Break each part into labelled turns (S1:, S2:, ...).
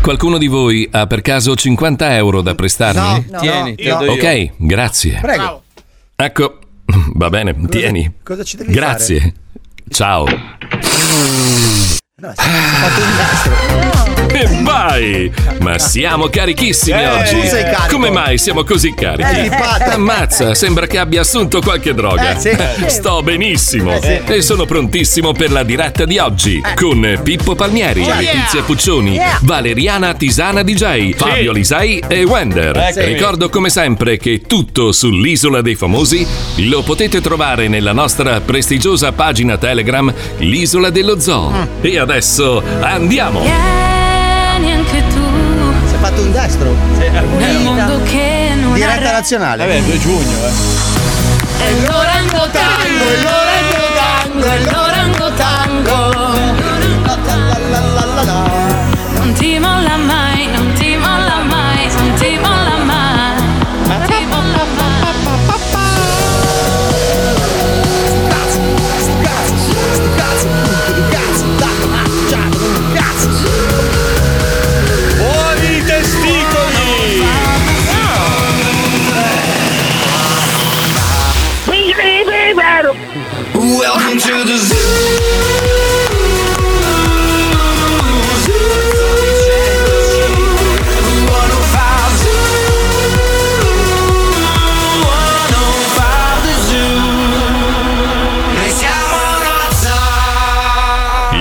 S1: Qualcuno di voi ha per caso 50 euro da prestarmi?
S2: No, Tieni, te
S3: lo do io.
S1: Ok, grazie.
S2: Prego.
S1: Ecco, va bene, tieni.
S2: Cosa ci devi
S1: Grazie. Ciao. E vai! Ma siamo carichissimi
S2: Eh,
S1: oggi.
S2: tu sei carico.
S1: Come mai siamo così carichi?
S2: Eh, flippata.
S1: Ammazza, sembra che abbia assunto qualche droga.
S2: Eh, sì.
S1: Sto benissimo
S2: Eh, sì. Eh.
S1: e sono prontissimo per la diretta di oggi con Pippo Palmieri,
S2: Oh, yeah.
S1: Letizia Puccioni,
S2: Yeah.
S1: Valeriana Tisana DJ, Fabio Lisai e Wender.
S4: Eccomi.
S1: Ricordo come sempre che tutto sull'isola dei famosi lo potete trovare nella nostra prestigiosa pagina Telegram L'isola dello zoo.
S2: Mm.
S1: E adesso andiamo!
S5: Vieni anche tu.
S3: Si è fatto un destro.
S5: Nel mondo che non
S3: Diretta
S5: ha
S3: nazionale.
S4: Vabbè, 2 giugno, eh.
S5: È l'orango tango, è l'orango tango, è l'orango tango. Non ti molla mai, non ti molla mai, non ti molla mai. Non ti molla
S4: Buoni testicoli!
S6: Welcome to the zoo.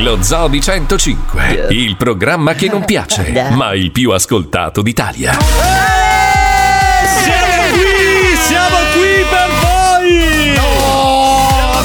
S1: Lo Zoo di 105, il programma che non piace, ma il più ascoltato d'Italia.
S4: Siamo qui! Siamo qui per voi! No!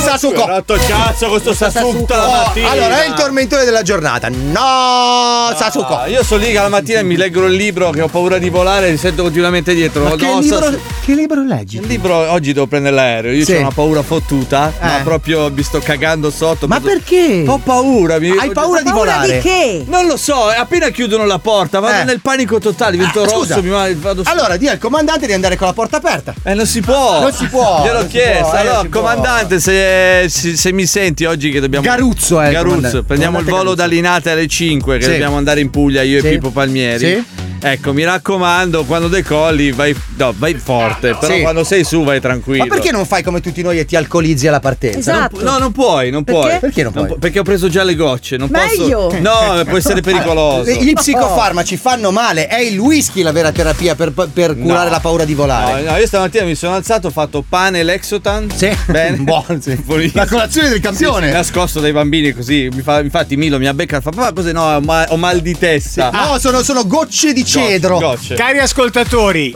S3: Sasuko.
S4: Rotto il cazzo con sto Sasuke la
S3: Oh,
S4: mattina!
S3: allora, è il tormentore della giornata. No, Sasuko.
S2: Ah, io sono lì che la mattina mi leggo il libro che ho paura di volare e li sento continuamente dietro.
S3: Ma
S2: No,
S3: che,
S2: no, sa-
S3: libro, che libro
S2: il
S3: leggi?
S2: libro oggi devo prendere l'aereo, io
S3: Sì.
S2: ho una paura fottuta, ma
S3: Eh.
S2: proprio mi sto cagando sotto.
S3: Ma
S2: proprio-
S3: perché?
S2: Ho paura, mi
S3: Hai paura di
S7: Paura
S3: volare?
S7: di che?
S2: Non lo so, eh, appena chiudono la porta vado
S3: Eh.
S2: nel panico totale, divento
S3: Ah, scusa.
S2: rosso, mi va- vado su-
S3: Allora, di al comandante di andare con la porta aperta.
S2: Eh, non si può!
S3: Non si può,
S2: Gliel'ho
S3: non si
S2: chiesto.
S3: può, eh,
S2: allora,
S3: non si può.
S2: comandante, se, se- se mi senti oggi che dobbiamo.
S3: Garuzzo, eh, il
S2: Garuzzo,
S3: comandante.
S2: prendiamo il volo
S3: Comandante
S2: da Linate alle 5, che
S3: Sì.
S2: dobbiamo andare in Puglia io
S3: Sì.
S2: e Pippo Palmieri.
S3: Sì.
S2: Ecco, mi raccomando, quando decolli vai, no, vai forte, però
S3: Sì.
S2: quando sei su vai tranquillo.
S3: Ma perché non fai come tutti noi e ti alcolizzi alla partenza?
S7: Esatto.
S2: No, non puoi, non
S7: Perché?
S2: puoi.
S3: Perché non puoi? Ah,
S2: pu- perché ho preso già le gocce, non
S7: Meglio.
S2: posso.
S3: Eh,
S2: No, può essere pericoloso.
S3: Gli psicofarmaci fanno male, è il whisky la vera terapia per, per curare la paura di volare.
S2: No, no, io stamattina mi sono alzato, ho fatto pane Lexotan.
S3: Sì.
S2: Bene.
S3: Buono, sì.
S2: Buonissimo.
S3: La colazione del campione.
S2: Nascosto dai bambini così. Mi fa- infatti Milo mi ha beccato. Fa papà cos'è? No, ho ma- ho mal di testa.
S3: No, sono, sono gocce di
S2: Gocce,
S3: cedro.
S2: gocce.
S8: Cari ascoltatori,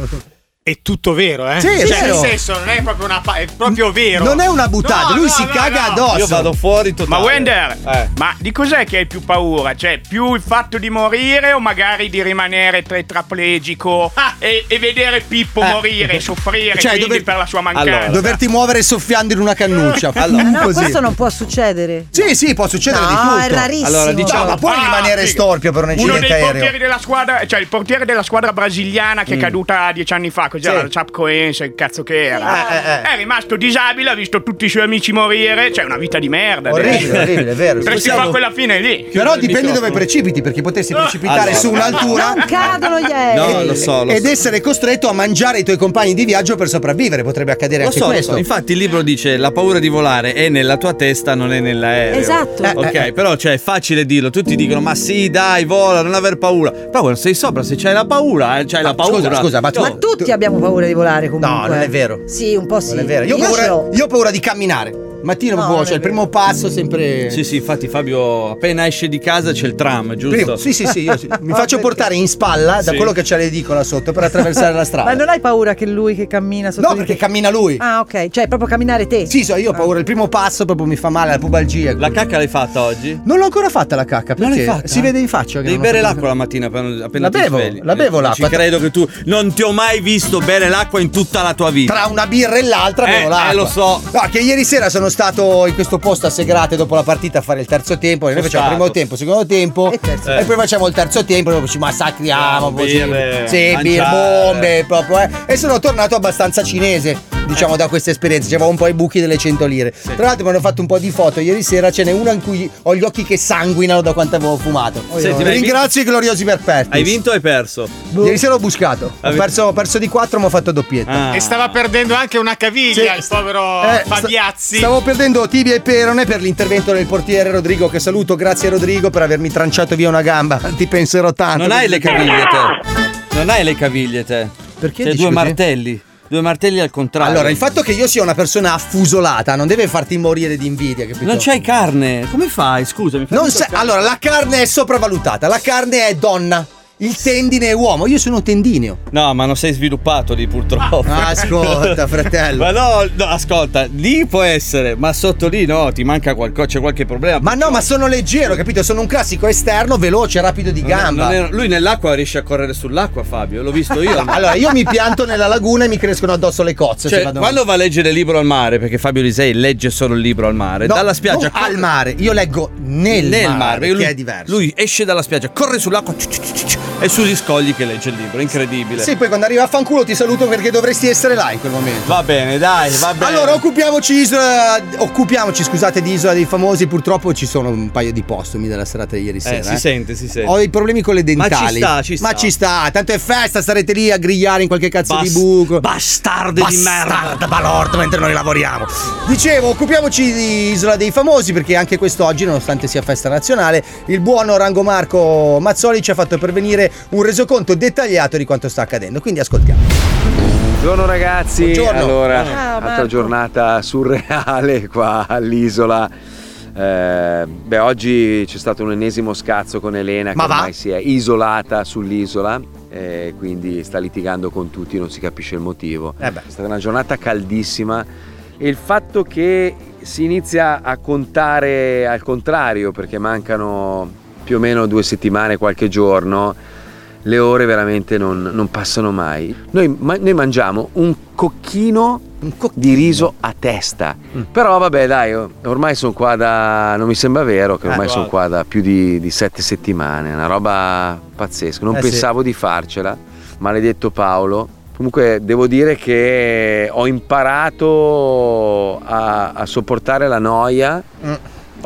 S8: è tutto vero, eh?
S3: Sì, è
S8: cioè,
S3: vero.
S8: nel senso, non è proprio una. pa- È proprio vero.
S3: Non è una buttata,
S8: No,
S3: lui
S8: no,
S3: si
S8: no,
S3: caga
S8: no.
S3: addosso.
S2: Io vado fuori
S8: Ma
S2: totale.
S8: Wender,
S2: Eh.
S8: ma di cos'è che hai più paura? Cioè, più il fatto di morire o magari di rimanere tetraplegico e, e vedere Pippo
S2: Eh.
S8: morire, soffrire
S3: Cioè,
S8: quindi
S3: dover-
S8: per la sua
S2: Allora,
S8: mancanza?
S3: Doverti muovere soffiando in una cannuccia.
S2: Allora.
S3: Mm,
S7: No,
S3: così.
S7: questo non può succedere.
S3: Sì, sì, può succedere
S7: no,
S3: di tutto.
S7: è rarissimo.
S2: Allora, diciamo-
S3: No, ma puoi
S8: Ah,
S3: rimanere
S8: figa.
S3: storpio per un
S8: Uno
S3: incidente
S8: dei portieri
S3: aereo. Mm.
S8: della squadra, cioè il portiere della squadra brasiliana che è caduta dieci anni fa, cos'era?
S3: Sì.
S8: La Chapco Ense, il cazzo che era.
S3: Eh, eh, eh.
S8: È rimasto disabile, ha visto tutti i suoi amici morire, cioè una vita di merda.
S3: Orribile, orribile, è vero.
S8: Perché
S3: Possiamo-
S8: fa Ah. quella fine lì.
S3: Però
S2: Chiudo il
S3: dipende dove
S2: microfono.
S3: precipiti, perché potresti precipitare
S2: Allora.
S3: su un'altura.
S7: Non cadono gli aerei.
S2: No, lo so, lo
S3: Eh, ed
S2: so.
S3: essere costretto a mangiare i tuoi compagni di viaggio per sopravvivere, potrebbe accadere
S2: Lo
S3: anche
S2: so, lo
S3: questo.
S2: so. Infatti il libro dice la paura di volare è nella tua testa, non è nell'aereo.
S7: Esatto.
S3: Eh,
S2: Ok,
S3: eh.
S2: però cioè è facile dirlo, tutti dicono ma sì dai vola, non aver paura. Però quando sei sopra, se c'hai la paura, eh, c'hai la paura.
S3: Scusa, scusa, ma tu,
S7: Ma tutti abbiamo paura di volare comunque.
S3: non è vero.
S7: Sì, un po' sì.
S3: non è vero. Io, ho
S7: ce
S3: paura,
S7: l'ho.
S3: io ho paura di camminare. Mattino
S7: No,
S3: proprio,
S7: non è
S3: cioè il
S7: vero.
S3: primo passo sempre.
S2: Mm, Sì, sì, infatti Fabio appena esce di casa c'è il tram, giusto?
S3: Primo. Sì, sì, sì, io sì. Mi
S7: Ah,
S3: faccio
S7: perché?
S3: portare in spalla da
S2: Sì.
S3: quello che c'è l'edicola sotto per attraversare la strada.
S7: Ma non hai paura che lui che cammina sotto
S3: No,
S7: di
S3: perché
S7: te-
S3: cammina lui.
S7: Ah, ok. Cioè, proprio camminare te. Ah.
S3: Sì, so, io ho paura. Il primo passo proprio mi fa male la pubalgia.
S2: La cacca l'hai fatta oggi?
S3: Non l'ho ancora fatta la cacca.
S2: Non l'hai
S3: perché
S2: fatta?
S3: Si vede in faccia. che
S2: Devi
S3: non ho
S2: bere
S3: fatto-
S2: l'acqua la mattina appena, appena
S3: La
S2: ti
S3: bevo,
S2: svegli.
S3: la bevo
S2: Non
S3: l'acqua.
S2: Ci credo che tu non ti ho mai visto bere l'acqua in tutta la tua vita.
S3: Tra una birra e l'altra
S2: Eh,
S3: bevo l'acqua.
S2: eh, lo so.
S3: No, che ieri sera sono stato in questo posto a Segrate dopo la partita a fare il terzo tempo. Noi
S2: Sono
S3: facciamo il primo
S2: stato.
S3: tempo, secondo tempo.
S7: E terzo.
S3: E poi facciamo il terzo tempo. Dopo ci massacriamo.
S2: Birre,
S3: così. Sì, eh.
S2: mangiare.
S3: birre, bombe. Proprio, eh. E sono tornato abbastanza cinese. diciamo, da queste esperienze. C'avevo un po' i buchi delle 100 lire. Tra l'altro, mi hanno fatto un po' di foto ieri sera. Ce n'è una in cui ho gli occhi che sanguinano da quanto avevo fumato.
S2: Senti, ma hai
S3: Ringrazio i gloriosi perfetti.
S2: Hai vinto o hai perso?
S3: Ieri sera ho buscato. Ho
S2: Ave-
S3: perso, ho perso di 4, ma ho fatto doppietta.
S2: Ah.
S9: E stava perdendo anche una caviglia
S3: Sì.
S9: il povero
S3: Eh,
S2: Oh,
S3: sta-
S9: Fabiazzi.
S3: Stavo perdendo tibia e perone per l'intervento del portiere Rodrigo che saluto. Grazie Rodrigo per avermi tranciato via una gamba. Ti penserò tanto.
S2: Non hai le caviglie te. Non hai le caviglie te.
S3: Perché
S2: C'è
S3: dici
S2: due
S3: così?
S2: martelli. Due martelli al contrario.
S3: Allora, il fatto che io sia una persona affusolata non deve farti morire di invidia, capito?
S2: Non c'hai carne. Come fai? Scusami. fammi
S3: Non sa-
S2: toccare.
S3: allora, la carne è sopravvalutata, la carne è donna, il tendine è uomo, io sono tendineo.
S2: No, ma non sei sviluppato lì purtroppo.
S3: Ah, ascolta, fratello.
S2: Ma no, no, ascolta, lì può essere, ma sotto lì no, ti manca qualcosa, c'è qualche problema.
S3: Ma no, ma sono leggero, capito? Sono un classico esterno, veloce, rapido di gamba.
S2: Non è- lui nell'acqua riesce a correre sull'acqua, Fabio, l'ho visto io.
S3: No, allora, io mi pianto nella laguna e mi crescono addosso le cozze. se
S2: Cioè,
S3: vado-
S2: quando va a leggere il libro al mare, perché Fabio Lisei legge solo il libro al mare,
S3: No,
S2: Eh, dalla spiaggia
S3: non al
S2: corre-
S3: mare, io leggo nel,
S2: nel mare,
S3: mare,
S2: perché lui,
S3: che è diverso.
S2: Lui esce dalla spiaggia, corre sull'acqua ciu, ciu, ciu, ciu, e sugli scogli che legge il libro, incredibile.
S3: Sì, poi quando arriva a fanculo ti saluto perché dovresti essere là in quel momento.
S2: Va bene, dai, va bene.
S3: Allora, occupiamoci isola. Occupiamoci, scusate, di Isola dei Famosi. Purtroppo ci sono un paio di postumi della serata di ieri
S2: eh,
S3: sera.
S2: si
S3: eh.
S2: sente, si sente.
S3: Ho i problemi con le
S2: Ma ci
S3: dentali.
S2: sta, ci sta.
S3: Ma ci sta, tanto è festa, starete lì a grigliare in qualche cazzo di
S2: Bas-
S3: buco.
S2: bastardi di merda.
S3: balordo mentre noi lavoriamo. Dicevo, occupiamoci di Isola dei Famosi perché anche quest'oggi, nonostante sia festa nazionale, il buon Rango Marco Mazzoli ci ha fatto pervenire un resoconto dettagliato di quanto sta accadendo. Quindi ascoltiamo.
S10: Buongiorno ragazzi,
S3: Buongiorno.
S10: allora
S7: Ciao, Marco.
S10: altra giornata surreale qua all'isola. Eh, beh, oggi c'è stato un ennesimo scazzo con Elena
S3: Ma
S10: che
S3: va?
S10: ormai si è isolata sull'isola e quindi sta litigando con tutti, non si capisce il motivo.
S3: Eh beh.
S10: È stata una giornata caldissima e il fatto che si inizia a contare al contrario perché mancano più o meno due settimane, qualche giorno, le ore veramente non, non passano mai. Noi, ma- noi mangiamo un cocchino
S3: Un co-
S10: di riso a testa.
S3: Mm.
S10: Però vabbè dai, oh, ormai sono qua da... non mi sembra vero
S3: Eh,
S10: che ormai sono qua da più di, di sette settimane, una roba pazzesca. Non
S3: Eh sì.
S10: pensavo di farcela, maledetto Paolo. Comunque devo dire che ho imparato a, a sopportare la noia,
S3: Mm.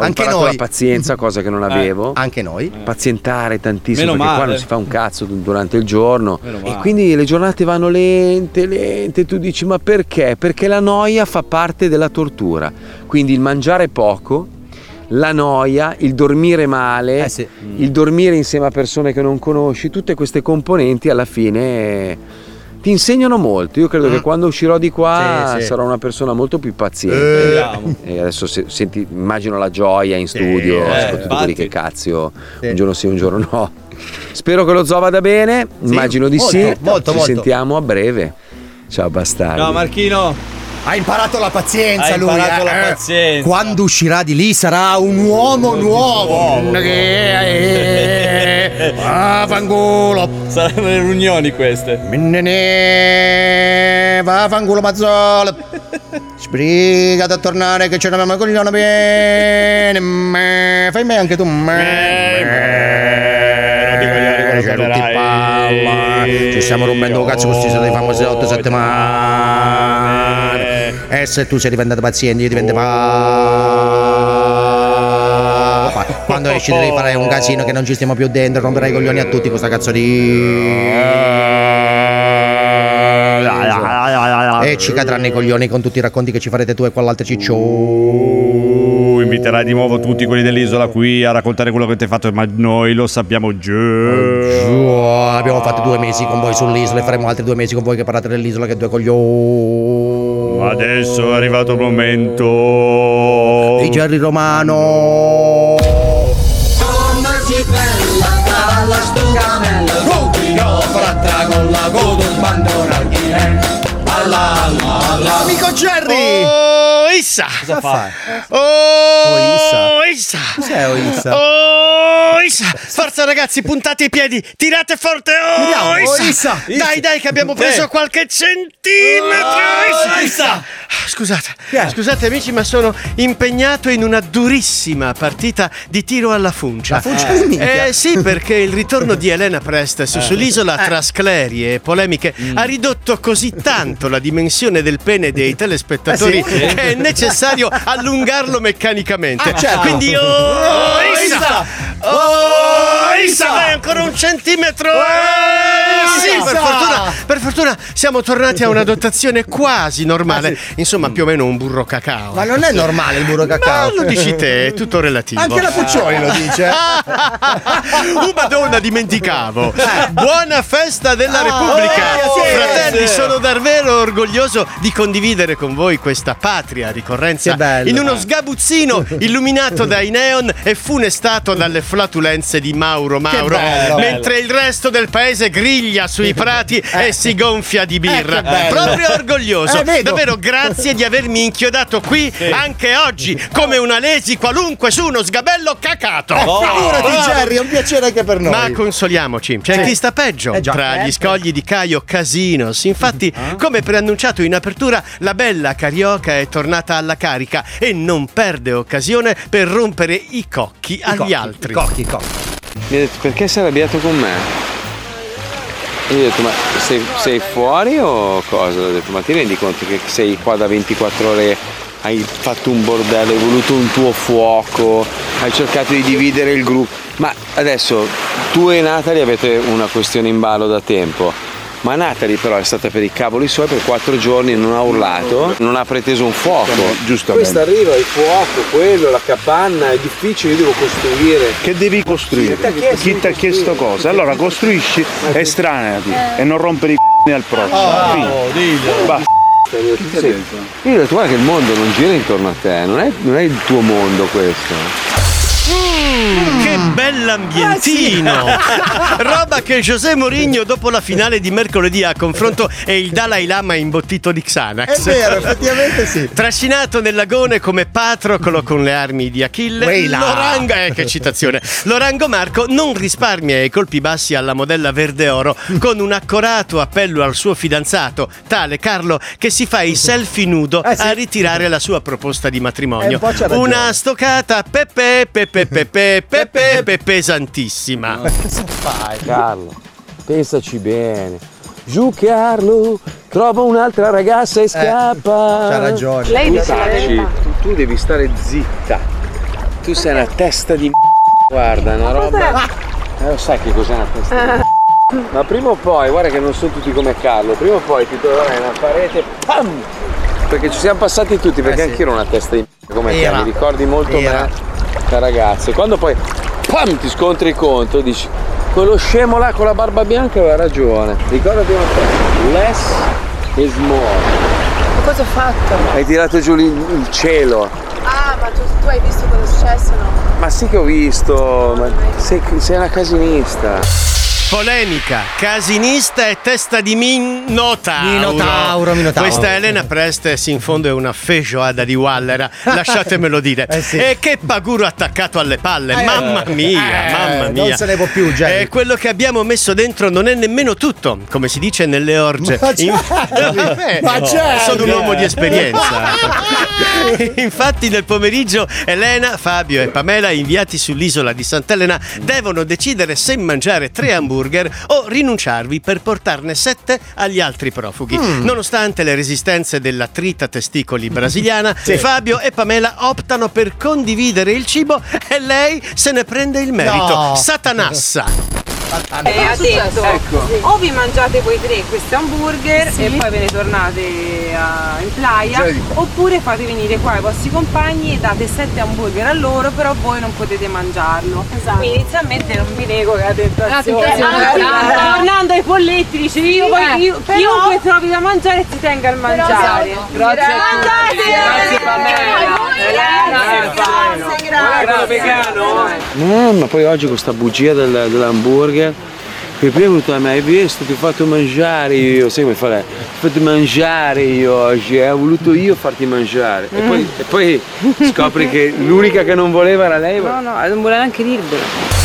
S10: ho
S3: Anche noi.
S10: imparato
S3: Mm. Eh,
S10: la pazienza, cosa che non avevo
S3: Anche noi.
S10: pazientare tantissimo
S2: Meno
S10: perché qua
S2: male.
S10: non si fa un cazzo du- durante il giorno
S2: Meno
S10: e
S2: male.
S10: quindi le giornate vanno lente, lente, tu dici ma perché? Perché la noia fa parte della tortura, quindi il mangiare poco, la noia, il dormire male,
S3: Eh sì.
S10: il dormire insieme a persone che non conosci, tutte queste componenti alla fine ti insegnano molto, io credo che quando uscirò di qua
S3: Sì, sì.
S10: sarò una persona molto più paziente.
S2: Speriamo.
S10: E adesso se- senti, immagino la gioia in studio,
S2: eh,
S10: soprattutto lì
S2: infatti.
S10: che cazzo, un giorno sì, un giorno no. Spero che lo zoo vada bene, immagino di
S3: molto,
S10: sì.
S3: molto,
S10: Ci
S3: molto.
S10: sentiamo a breve. Ciao bastardi.
S2: No, Marchino,
S3: Ha imparato la pazienza
S2: Ha
S3: lui.
S2: imparato la
S3: eh.
S2: pazienza.
S3: Quando uscirà di lì sarà un uomo nuovo. Eh, eh, Ah, fanculo.
S2: saranno le riunioni queste.
S3: Minnene, va fanculo Mazzola. Sbrigati a tornare che ce l'abbiamo con coglione bene. Me, Fai me anche tu. Me, me.
S9: Eh, non dico io, dico lo
S3: Cioè, tutti
S9: saperai.
S3: palla. Ci stiamo rompendo un cazzo con questi dei famosi 8 settimane. E Eh, se tu sei diventato paziente, io divento papà. Quando esci devi fare un casino che non ci stiamo più dentro, romperai i coglioni a tutti con questa cazzo di. E ci cadranno i coglioni con tutti i racconti che ci farete tu e quell'altro ciccio.
S4: Tu inviterai di nuovo tutti quelli dell'isola qui a raccontare quello che ti hai fatto, ma noi lo sappiamo già.
S3: Abbiamo fatto due mesi con voi sull'isola e faremo altri due mesi con voi che parlate dell'isola che due coglioni.
S4: Ma Adesso è arrivato il momento.
S3: Di Jerry Romano. Amico Jerry!
S9: Oh, Issa!
S3: Cosa fa?
S9: Oh, Issa!
S3: Cos'è Oissa?
S9: Oh, Issa! Forza ragazzi, puntate i piedi, tirate forte!
S3: Vediamo,
S9: Oh,
S3: oh,
S9: Issa!
S3: Issa!
S9: Oh, Dai, dai, che abbiamo preso qualche centimetro! Issa! Scusate, scusate amici, ma sono impegnato in una durissima partita di tiro alla funcia.
S11: La funcia di minchia.
S9: Eh sì, perché il ritorno di Elena Prestes
S11: Eh.
S9: sull'isola
S11: Eh. Mm.
S9: tra sclerie e polemiche ha ridotto così tanto la dimensione del pene dei telespettatori
S11: Eh sì.
S9: che è necessario allungarlo meccanicamente.
S11: Ah, certo.
S9: Quindi oh,
S11: Oh,
S9: Isa!
S11: Isa!
S9: Oh, Isa, Oh,
S11: Isa!
S9: vai ancora un centimetro! Eh, sì,
S11: Isa!
S3: Esatto.
S9: per fortuna, per fortuna siamo tornati a una dotazione quasi normale. Insomma, più o meno un burro cacao.
S3: Ah, Ma non è normale il burro cacao.
S9: Ma lo dici te, è tutto relativo.
S3: Anche la Puccioli lo dice.
S9: Uh, Madonna, dimenticavo.
S3: Ah.
S9: Buona festa della Repubblica.
S11: oh, sì,
S9: Fratelli,
S11: sì.
S9: sono davvero orgoglioso di condividere con voi questa patria ricorrenza
S11: bello.
S9: in uno
S3: eh.
S9: sgabuzzino illuminato dai neon e funestato dalle flatulenze di Mauro Mauro, eh,
S11: bello.
S9: mentre il resto del paese griglia
S3: Eh,
S9: sui prati e si gonfia di birra.
S11: che
S3: Ecco.
S11: bello.
S9: Proprio orgoglioso.
S11: Eh, vedo.
S9: davvero grazie di avermi inchiodato qui anche oggi come una lesi qualunque su uno sgabello cacato. Oh.
S3: Eh, figurati,
S9: Bravo.
S3: Jerry, è un piacere anche per noi.
S9: Ma consoliamoci, c'è
S3: Sì.
S9: chi sta peggio
S3: Eh, già.
S9: tra gli
S3: Eh,
S9: scogli di Caio Casinos. Infatti, come preannunciato in apertura, la bella carioca è tornata alla carica e non perde occasione per rompere i cocchi agli
S10: cocchi,
S9: altri.
S10: i cocchi, Mi ha detto perché sei arrabbiato con me? E io ho detto ma sei, sei fuori o cosa? Ho detto ma ti rendi conto che sei qua da 24 ore, hai fatto un bordello, hai voluto un tuo fuoco, hai cercato di dividere il gruppo. Ma adesso tu e Natalie avete una questione in ballo da tempo. Ma Natalie però è stata per i cavoli suoi per quattro giorni, non ha urlato, non ha preteso un fuoco.
S12: Giustamente.
S10: Questa arriva il fuoco, quello, la capanna, è difficile, io devo costruire.
S12: Che devi costruire?
S10: Chi t'ha chiesto
S12: Chi
S10: di
S12: ti ha chiesto cosa? Allora costruisci estraneati e non rompere i c***i al prossimo. Fine. Basta.
S10: Io ho detto guarda che il mondo non gira intorno a te, non è, non è il tuo mondo questo.
S11: Mm.
S9: Che bell'ambientino!
S11: Ah,
S9: Roba che José Mourinho dopo la finale di mercoledì a confronto e il Dalai Lama imbottito di Xanax.
S3: È vero, effettivamente sì.
S9: Trascinato nel lagone come Patroclo con le armi di Achille,
S11: Weila.
S9: Lorango, eh, che citazione. Lorango Marco non risparmia i colpi bassi alla modella verde oro con un accorato appello al suo fidanzato, tale Carlo, che si fa i selfie nudo a ritirare la sua proposta di
S11: Eh,
S9: matrimonio.
S11: un po' c'ha ragione.
S9: Una stoccata pepe pepe pepe pepe pepe pesantissima.
S10: Dai Carlo, pensaci bene. Giù Carlo, trova un'altra ragazza e scappa.
S3: c'ha ragione.
S11: Lei
S10: Tu
S11: dice la
S10: taci,
S11: verità.
S10: tu, tu devi stare zitta. Tu sei una testa di m***a. Guarda, una roba. Eh, lo sai che cos'è una testa
S11: Eh.
S10: di m***a? Ma prima o poi, guarda che non sono tutti come Carlo, prima o poi ti troverai una parete. Pam! Perché ci siamo passati tutti, perché anch'io ero una testa di m***a come te,
S11: Eh Era.
S10: mi ricordi molto
S11: Era.
S10: me, da ragazzo. E quando poi pam, ti scontri contro, dici, quello scemo là con la barba bianca aveva ragione. Ricordati una cosa, less is more.
S13: Cosa ho fatto?
S10: Hai tirato giù l'in- il cielo.
S13: Ah, ma tu, tu hai visto cosa è successo, no?
S10: Ma sì che ho visto, ma sei, sei una casinista.
S9: Polemica, casinista e testa di Minotauro.
S3: Minotauro, Minotauro.
S9: Questa Elena Prestes in fondo è una feijoada di Wallera, lasciatemelo dire. E che paguro attaccato alle palle,
S3: Eh,
S9: mamma mia,
S3: eh,
S9: mamma mia.
S3: Non se ne può più, Jerry.
S9: E quello che abbiamo messo dentro non è nemmeno tutto, come si dice nelle orge.
S11: Ma Jerry!
S9: Vabbè,
S11: Ma Jerry!
S9: sono
S3: eh.
S9: un uomo di esperienza. Infatti nel pomeriggio Elena, Fabio e Pamela, inviati sull'isola di Sant'Elena, devono decidere se mangiare tre hamburger o rinunciarvi per portarne sette agli altri profughi.
S11: Mm.
S9: Nonostante le resistenze della trita testicoli brasiliana,
S11: Sì.
S9: Fabio e Pamela optano per condividere il cibo e lei se ne prende il merito.
S11: No.
S9: Satanassa!
S13: E Eh, ha detto,
S9: Ecco.
S13: o vi mangiate voi tre questi hamburger e poi ve ne tornate a- in playa,
S11: Sì.
S13: oppure fate venire qua i vostri compagni e date sette hamburger a loro, però voi non potete mangiarlo. Quindi inizialmente non mi nego che la tentazione.
S14: La tentazione
S13: Anzi,
S14: era tanta.
S13: Tornando ai polletti, dice io,
S14: Sì,
S13: voglio-
S14: eh,
S13: io-
S14: però-
S13: chiunque trovi da mangiare ti tenga al mangiare.
S14: esatto. Grazie a tutti. Grazie, Pamela. Elena,
S13: Grazie,
S14: Guarda quello vegano.
S10: Eh, ma poi oggi questa bugia del- dell'hamburger. Che prima è venuto da me, hai visto, ti ho fatto mangiare io, sai come fa lei? Ti ho fatto mangiare io oggi, eh, ho voluto io farti mangiare. E poi, e poi scopri che l'unica che non voleva era lei.
S13: no, non vuole neanche dirvelo.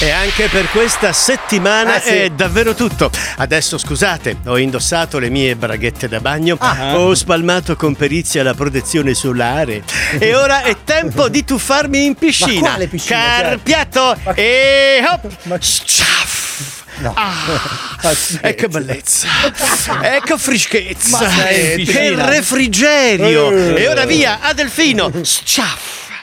S9: E anche per questa settimana
S11: Eh, sì.
S9: è davvero tutto. Adesso scusate, ho indossato le mie braghette da bagno,
S11: Ah.
S9: ho spalmato con perizia la protezione solare e ora è tempo di tuffarmi in piscina.
S11: Ma quale piscina, Cioè,
S9: Carpiato e hop! Sciaff! Ah, e che bellezza! Ecco freschezza!
S11: Ma sei in
S9: Che
S11: piscina?
S9: refrigerio!
S11: Eh.
S9: E ora via, Adelfino! Sciaff!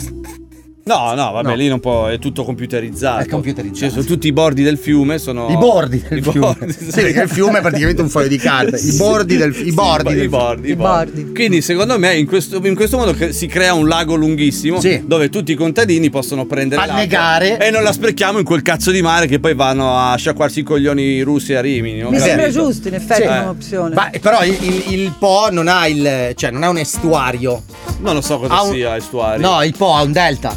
S2: No, no, vabbè,
S3: No.
S2: lì non può, è tutto computerizzato. È computerizzato. Cioè, sono tutti i bordi del fiume sono.
S3: I bordi del fiume. Sì, perché il fiume è praticamente un foglio di carta. I bordi del- i bordi
S2: I
S3: del-
S2: bordi.
S3: i
S2: I bordi. Quindi, secondo me, in questo, in questo modo cre- si crea un lago lunghissimo dove tutti i contadini possono prendere. l'acqua.
S3: Annegare.
S2: Esatto. E non la sprechiamo in quel cazzo di mare che poi vanno a sciacquarsi i coglioni russi a Rimini. non
S7: Mi sembra
S2: capito?
S7: giusto, in effetti,
S2: Sì.
S7: come
S2: Eh.
S7: opzione.
S3: Ma però il, il- il Po non ha il. cioè non ha un estuario.
S2: Non lo so cosa
S3: Ha un-
S2: sia estuario.
S3: No, il Po ha un delta.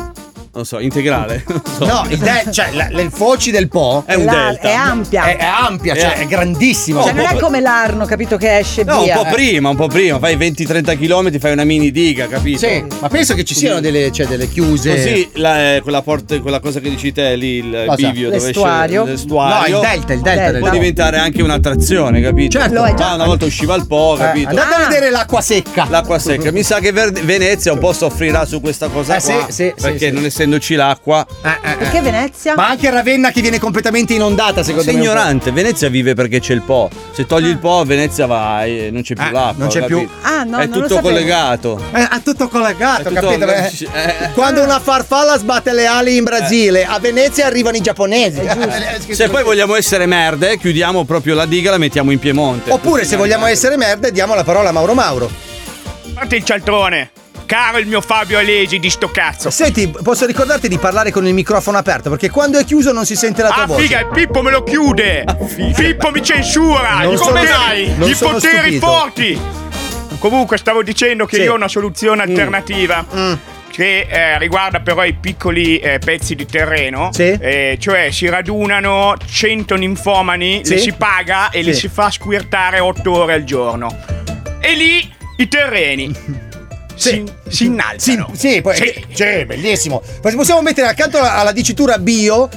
S2: Non so, integrale. Non so.
S3: No, il de- cioè, la- il foci del Po
S2: È un
S7: La-
S2: delta.
S7: È ampia.
S3: è, è ampia, cioè è eh. grandissima. Oh,
S7: Cioè, non è come l'arno, capito, che esce e
S2: No, un
S7: via.
S2: po' prima, un po' prima, fai 20-30 km, fai una mini diga, capito?
S3: Sì, ma penso che ci siano delle, cioè, delle chiuse.
S2: Così la- eh, quella, porta- quella cosa che dici te lì, il
S3: Cosa?
S2: bivio dove
S3: L'estuario?
S2: esce l'estuario.
S3: No, il delta, il delta del
S2: Può
S3: Po.
S2: diventare anche un'attrazione, capito?
S3: Certo. Lo è già.
S2: Ma una volta usciva il Po,
S3: Eh,
S2: capito? Ah.
S3: andate a vedere l'acqua secca.
S2: L'acqua secca, mi sa che Verde- Venezia un po' soffrirà su questa cosa
S3: Eh,
S2: qua.
S3: sì, sì, sì,
S2: perché
S3: sì.
S2: non essendoci l'acqua.
S3: Eh,
S7: Perché Venezia?
S3: Ma anche Ravenna che viene completamente inondata, secondo
S2: Sei
S3: me. un po'.
S2: ignorante, Venezia vive perché c'è il Po. Se togli il Po, Venezia va e non c'è più l'acqua.
S3: Eh, non c'è più.
S2: capito?
S3: Ah, no,
S2: È
S3: non lo
S2: tutto
S3: sapevo.
S2: collegato.
S3: Eh, ha tutto collegato,
S2: È tutto-
S3: capito? Beh,
S2: eh.
S3: Quando una farfalla sbatte le ali in Brasile, a Venezia arrivano i giapponesi.
S2: Se poi vogliamo essere merde, chiudiamo proprio la diga e la mettiamo in Piemonte.
S3: Oppure se vogliamo essere merde, diamo la parola a Mauro Mauro.
S8: Fate il cialtrone. Caro il mio Fabio Alesi di sto cazzo.
S3: Senti, posso ricordarti di parlare con il microfono aperto perché quando è chiuso non si sente la tua
S8: Ah
S3: voce. Ah,
S8: figa, il Pippo me lo chiude! Pippo mi censura!
S3: Non
S8: I
S3: sono-
S8: poteri,
S3: non
S8: i
S3: sono
S8: poteri
S3: stupito.
S8: forti! Comunque stavo dicendo che
S3: Sì. Mm.
S8: io ho una soluzione alternativa. Che eh, riguarda però i piccoli eh, pezzi di terreno, Eh, cioè si radunano 100 ninfomani,
S15: Sì.
S8: li si paga e li
S15: Sì.
S8: si fa squirtare 8 ore al giorno. E lì i terreni si, si innalzano.
S3: Sì, poi
S8: Sì.
S3: cioè, bellissimo. Poi Possiamo mettere accanto alla, alla dicitura bio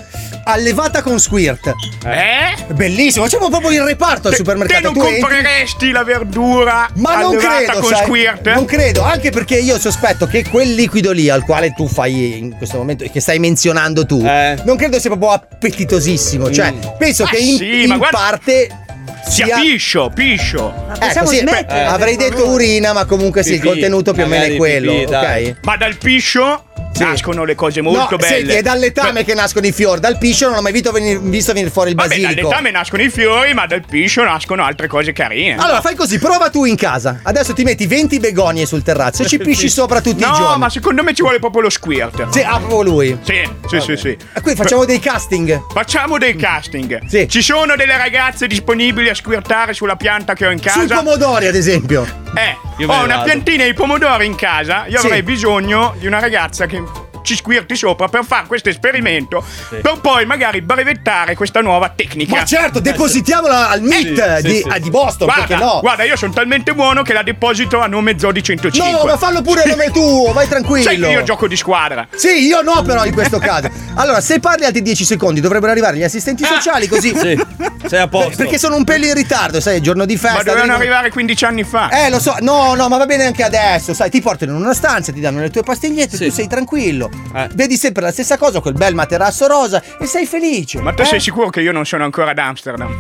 S3: allevata con squirt.
S8: Eh?
S3: Bellissimo, facciamo proprio il reparto al
S8: Te
S3: supermercato.
S8: non
S3: tu entri-
S8: compreresti la verdura
S3: ma non
S8: allevata
S3: credo,
S8: con
S3: sai,
S8: squirt? eh?
S3: non credo, anche perché io sospetto che quel liquido lì al quale tu fai in questo momento, che stai menzionando tu, non credo sia proprio appetitosissimo. Cioè, penso
S8: Eh. Ah,
S3: che in,
S8: sì,
S3: in
S8: ma guarda-
S3: parte
S8: Sia piscio, piscio.
S3: Ecco, sì, beh, avrei detto urina, ma comunque sì, il
S8: Pipì,
S3: contenuto più o meno è
S8: magari
S3: quello,
S8: pipì, dai.
S3: ok?
S8: Ma dal piscio nascono le cose molto
S3: no,
S8: belle.
S3: senti, è dall'etame che nascono i fiori, dal piscio non ho mai visto venire, visto venire fuori il
S8: Vabbè,
S3: basilico.
S8: dall'etame nascono i fiori, ma dal piscio nascono altre cose carine.
S3: Allora, fai così, prova tu in casa. Adesso ti metti 20 begonie sul terrazzo e ci pisci sopra tutti
S8: no,
S3: i giorni.
S8: ma secondo me ci vuole proprio lo squirt.
S3: Sì, ah, proprio lui.
S8: Sì, sì, sì, sì.
S3: E qui facciamo dei casting.
S8: Facciamo dei casting. Ci sono delle ragazze disponibili a squirtare sulla pianta che ho in casa.
S3: Sui pomodori, ad esempio.
S8: Eh,
S3: Io me
S8: ho
S3: ne
S8: una
S3: vado.
S8: piantina di pomodori in casa. Io
S3: Sì.
S8: avrei bisogno di una ragazza che ci squirti sopra per fare questo esperimento. Per poi magari brevettare questa nuova tecnica. Eh,
S3: Ma certo, depositiamola al MIT di, ah, di Boston,
S8: guarda,
S3: perché no?
S8: Guarda, io sono talmente buono che la deposito a nome Zodi 105.
S3: No, ma fallo pure a nome tuo, vai tranquillo.
S8: Sai che io gioco di squadra.
S3: Sì, io no, però, in questo caso. Allora, se parli altri 10 secondi, dovrebbero arrivare gli
S8: Ah.
S3: assistenti sociali, così.
S2: Sì, sei a posto.
S3: Perché sono un pelo in ritardo, sai, è giorno di festa.
S8: Ma dovevano
S3: arrivano-
S8: arrivare 15 anni fa.
S3: Eh, lo so, no, no, ma va bene anche adesso, sai, ti portano in una stanza, ti danno le tue pastigliette, tu sei tranquillo.
S2: Eh.
S3: Vedi sempre la stessa cosa, quel bel materasso rosa e sei felice. Eh?
S8: Ma tu sei sicuro che io non sono ancora ad Amsterdam?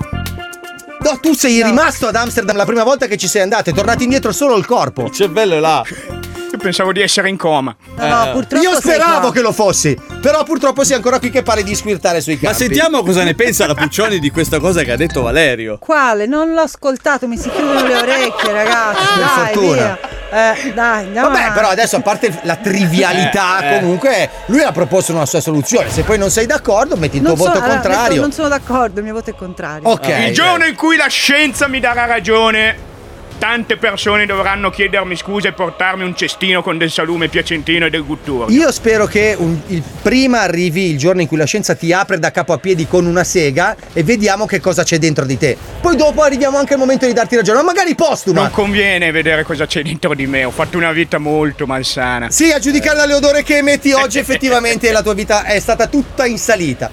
S3: No, tu sei rimasto ad Amsterdam la prima volta che ci sei andato, è tornato indietro solo il corpo. Il
S2: cervello è là.
S8: Io pensavo di essere in coma.
S3: No, purtroppo Eh, Io
S8: sei
S3: speravo
S8: qua.
S3: che lo fossi, però purtroppo sei ancora qui che parli di squirtare sui campi.
S2: Ma sentiamo cosa ne pensa la Puccioni di questa cosa che ha detto Valerio.
S7: Quale? Non l'ho ascoltato, mi si chiudono le orecchie, ragazzi.
S3: Per
S7: dai,
S3: fortuna.
S7: via. Eh, dai, andiamo
S3: Vabbè,
S7: avanti.
S3: però adesso a parte la trivialità,
S7: Eh, eh.
S3: comunque lui ha proposto una sua soluzione. Se poi non sei d'accordo, metti il tuo
S7: Non so-
S3: voto
S7: allora, adesso
S3: contrario.
S7: Non sono d'accordo, il mio voto è contrario.
S3: Ok.
S8: Il giorno in cui la scienza mi darà ragione, tante persone dovranno chiedermi scusa e portarmi un cestino con del salume piacentino e del gutturno.
S3: Io spero che un- il prima arrivi il giorno in cui la scienza ti apre da capo a piedi con una sega e vediamo che cosa c'è dentro di te. Poi dopo arriviamo anche al momento di darti ragione, ma magari postuma.
S8: Non conviene vedere cosa c'è dentro di me, ho fatto una vita molto malsana.
S3: Sì, a giudicare dall'odore che emetti oggi, effettivamente la tua vita è stata tutta in salita.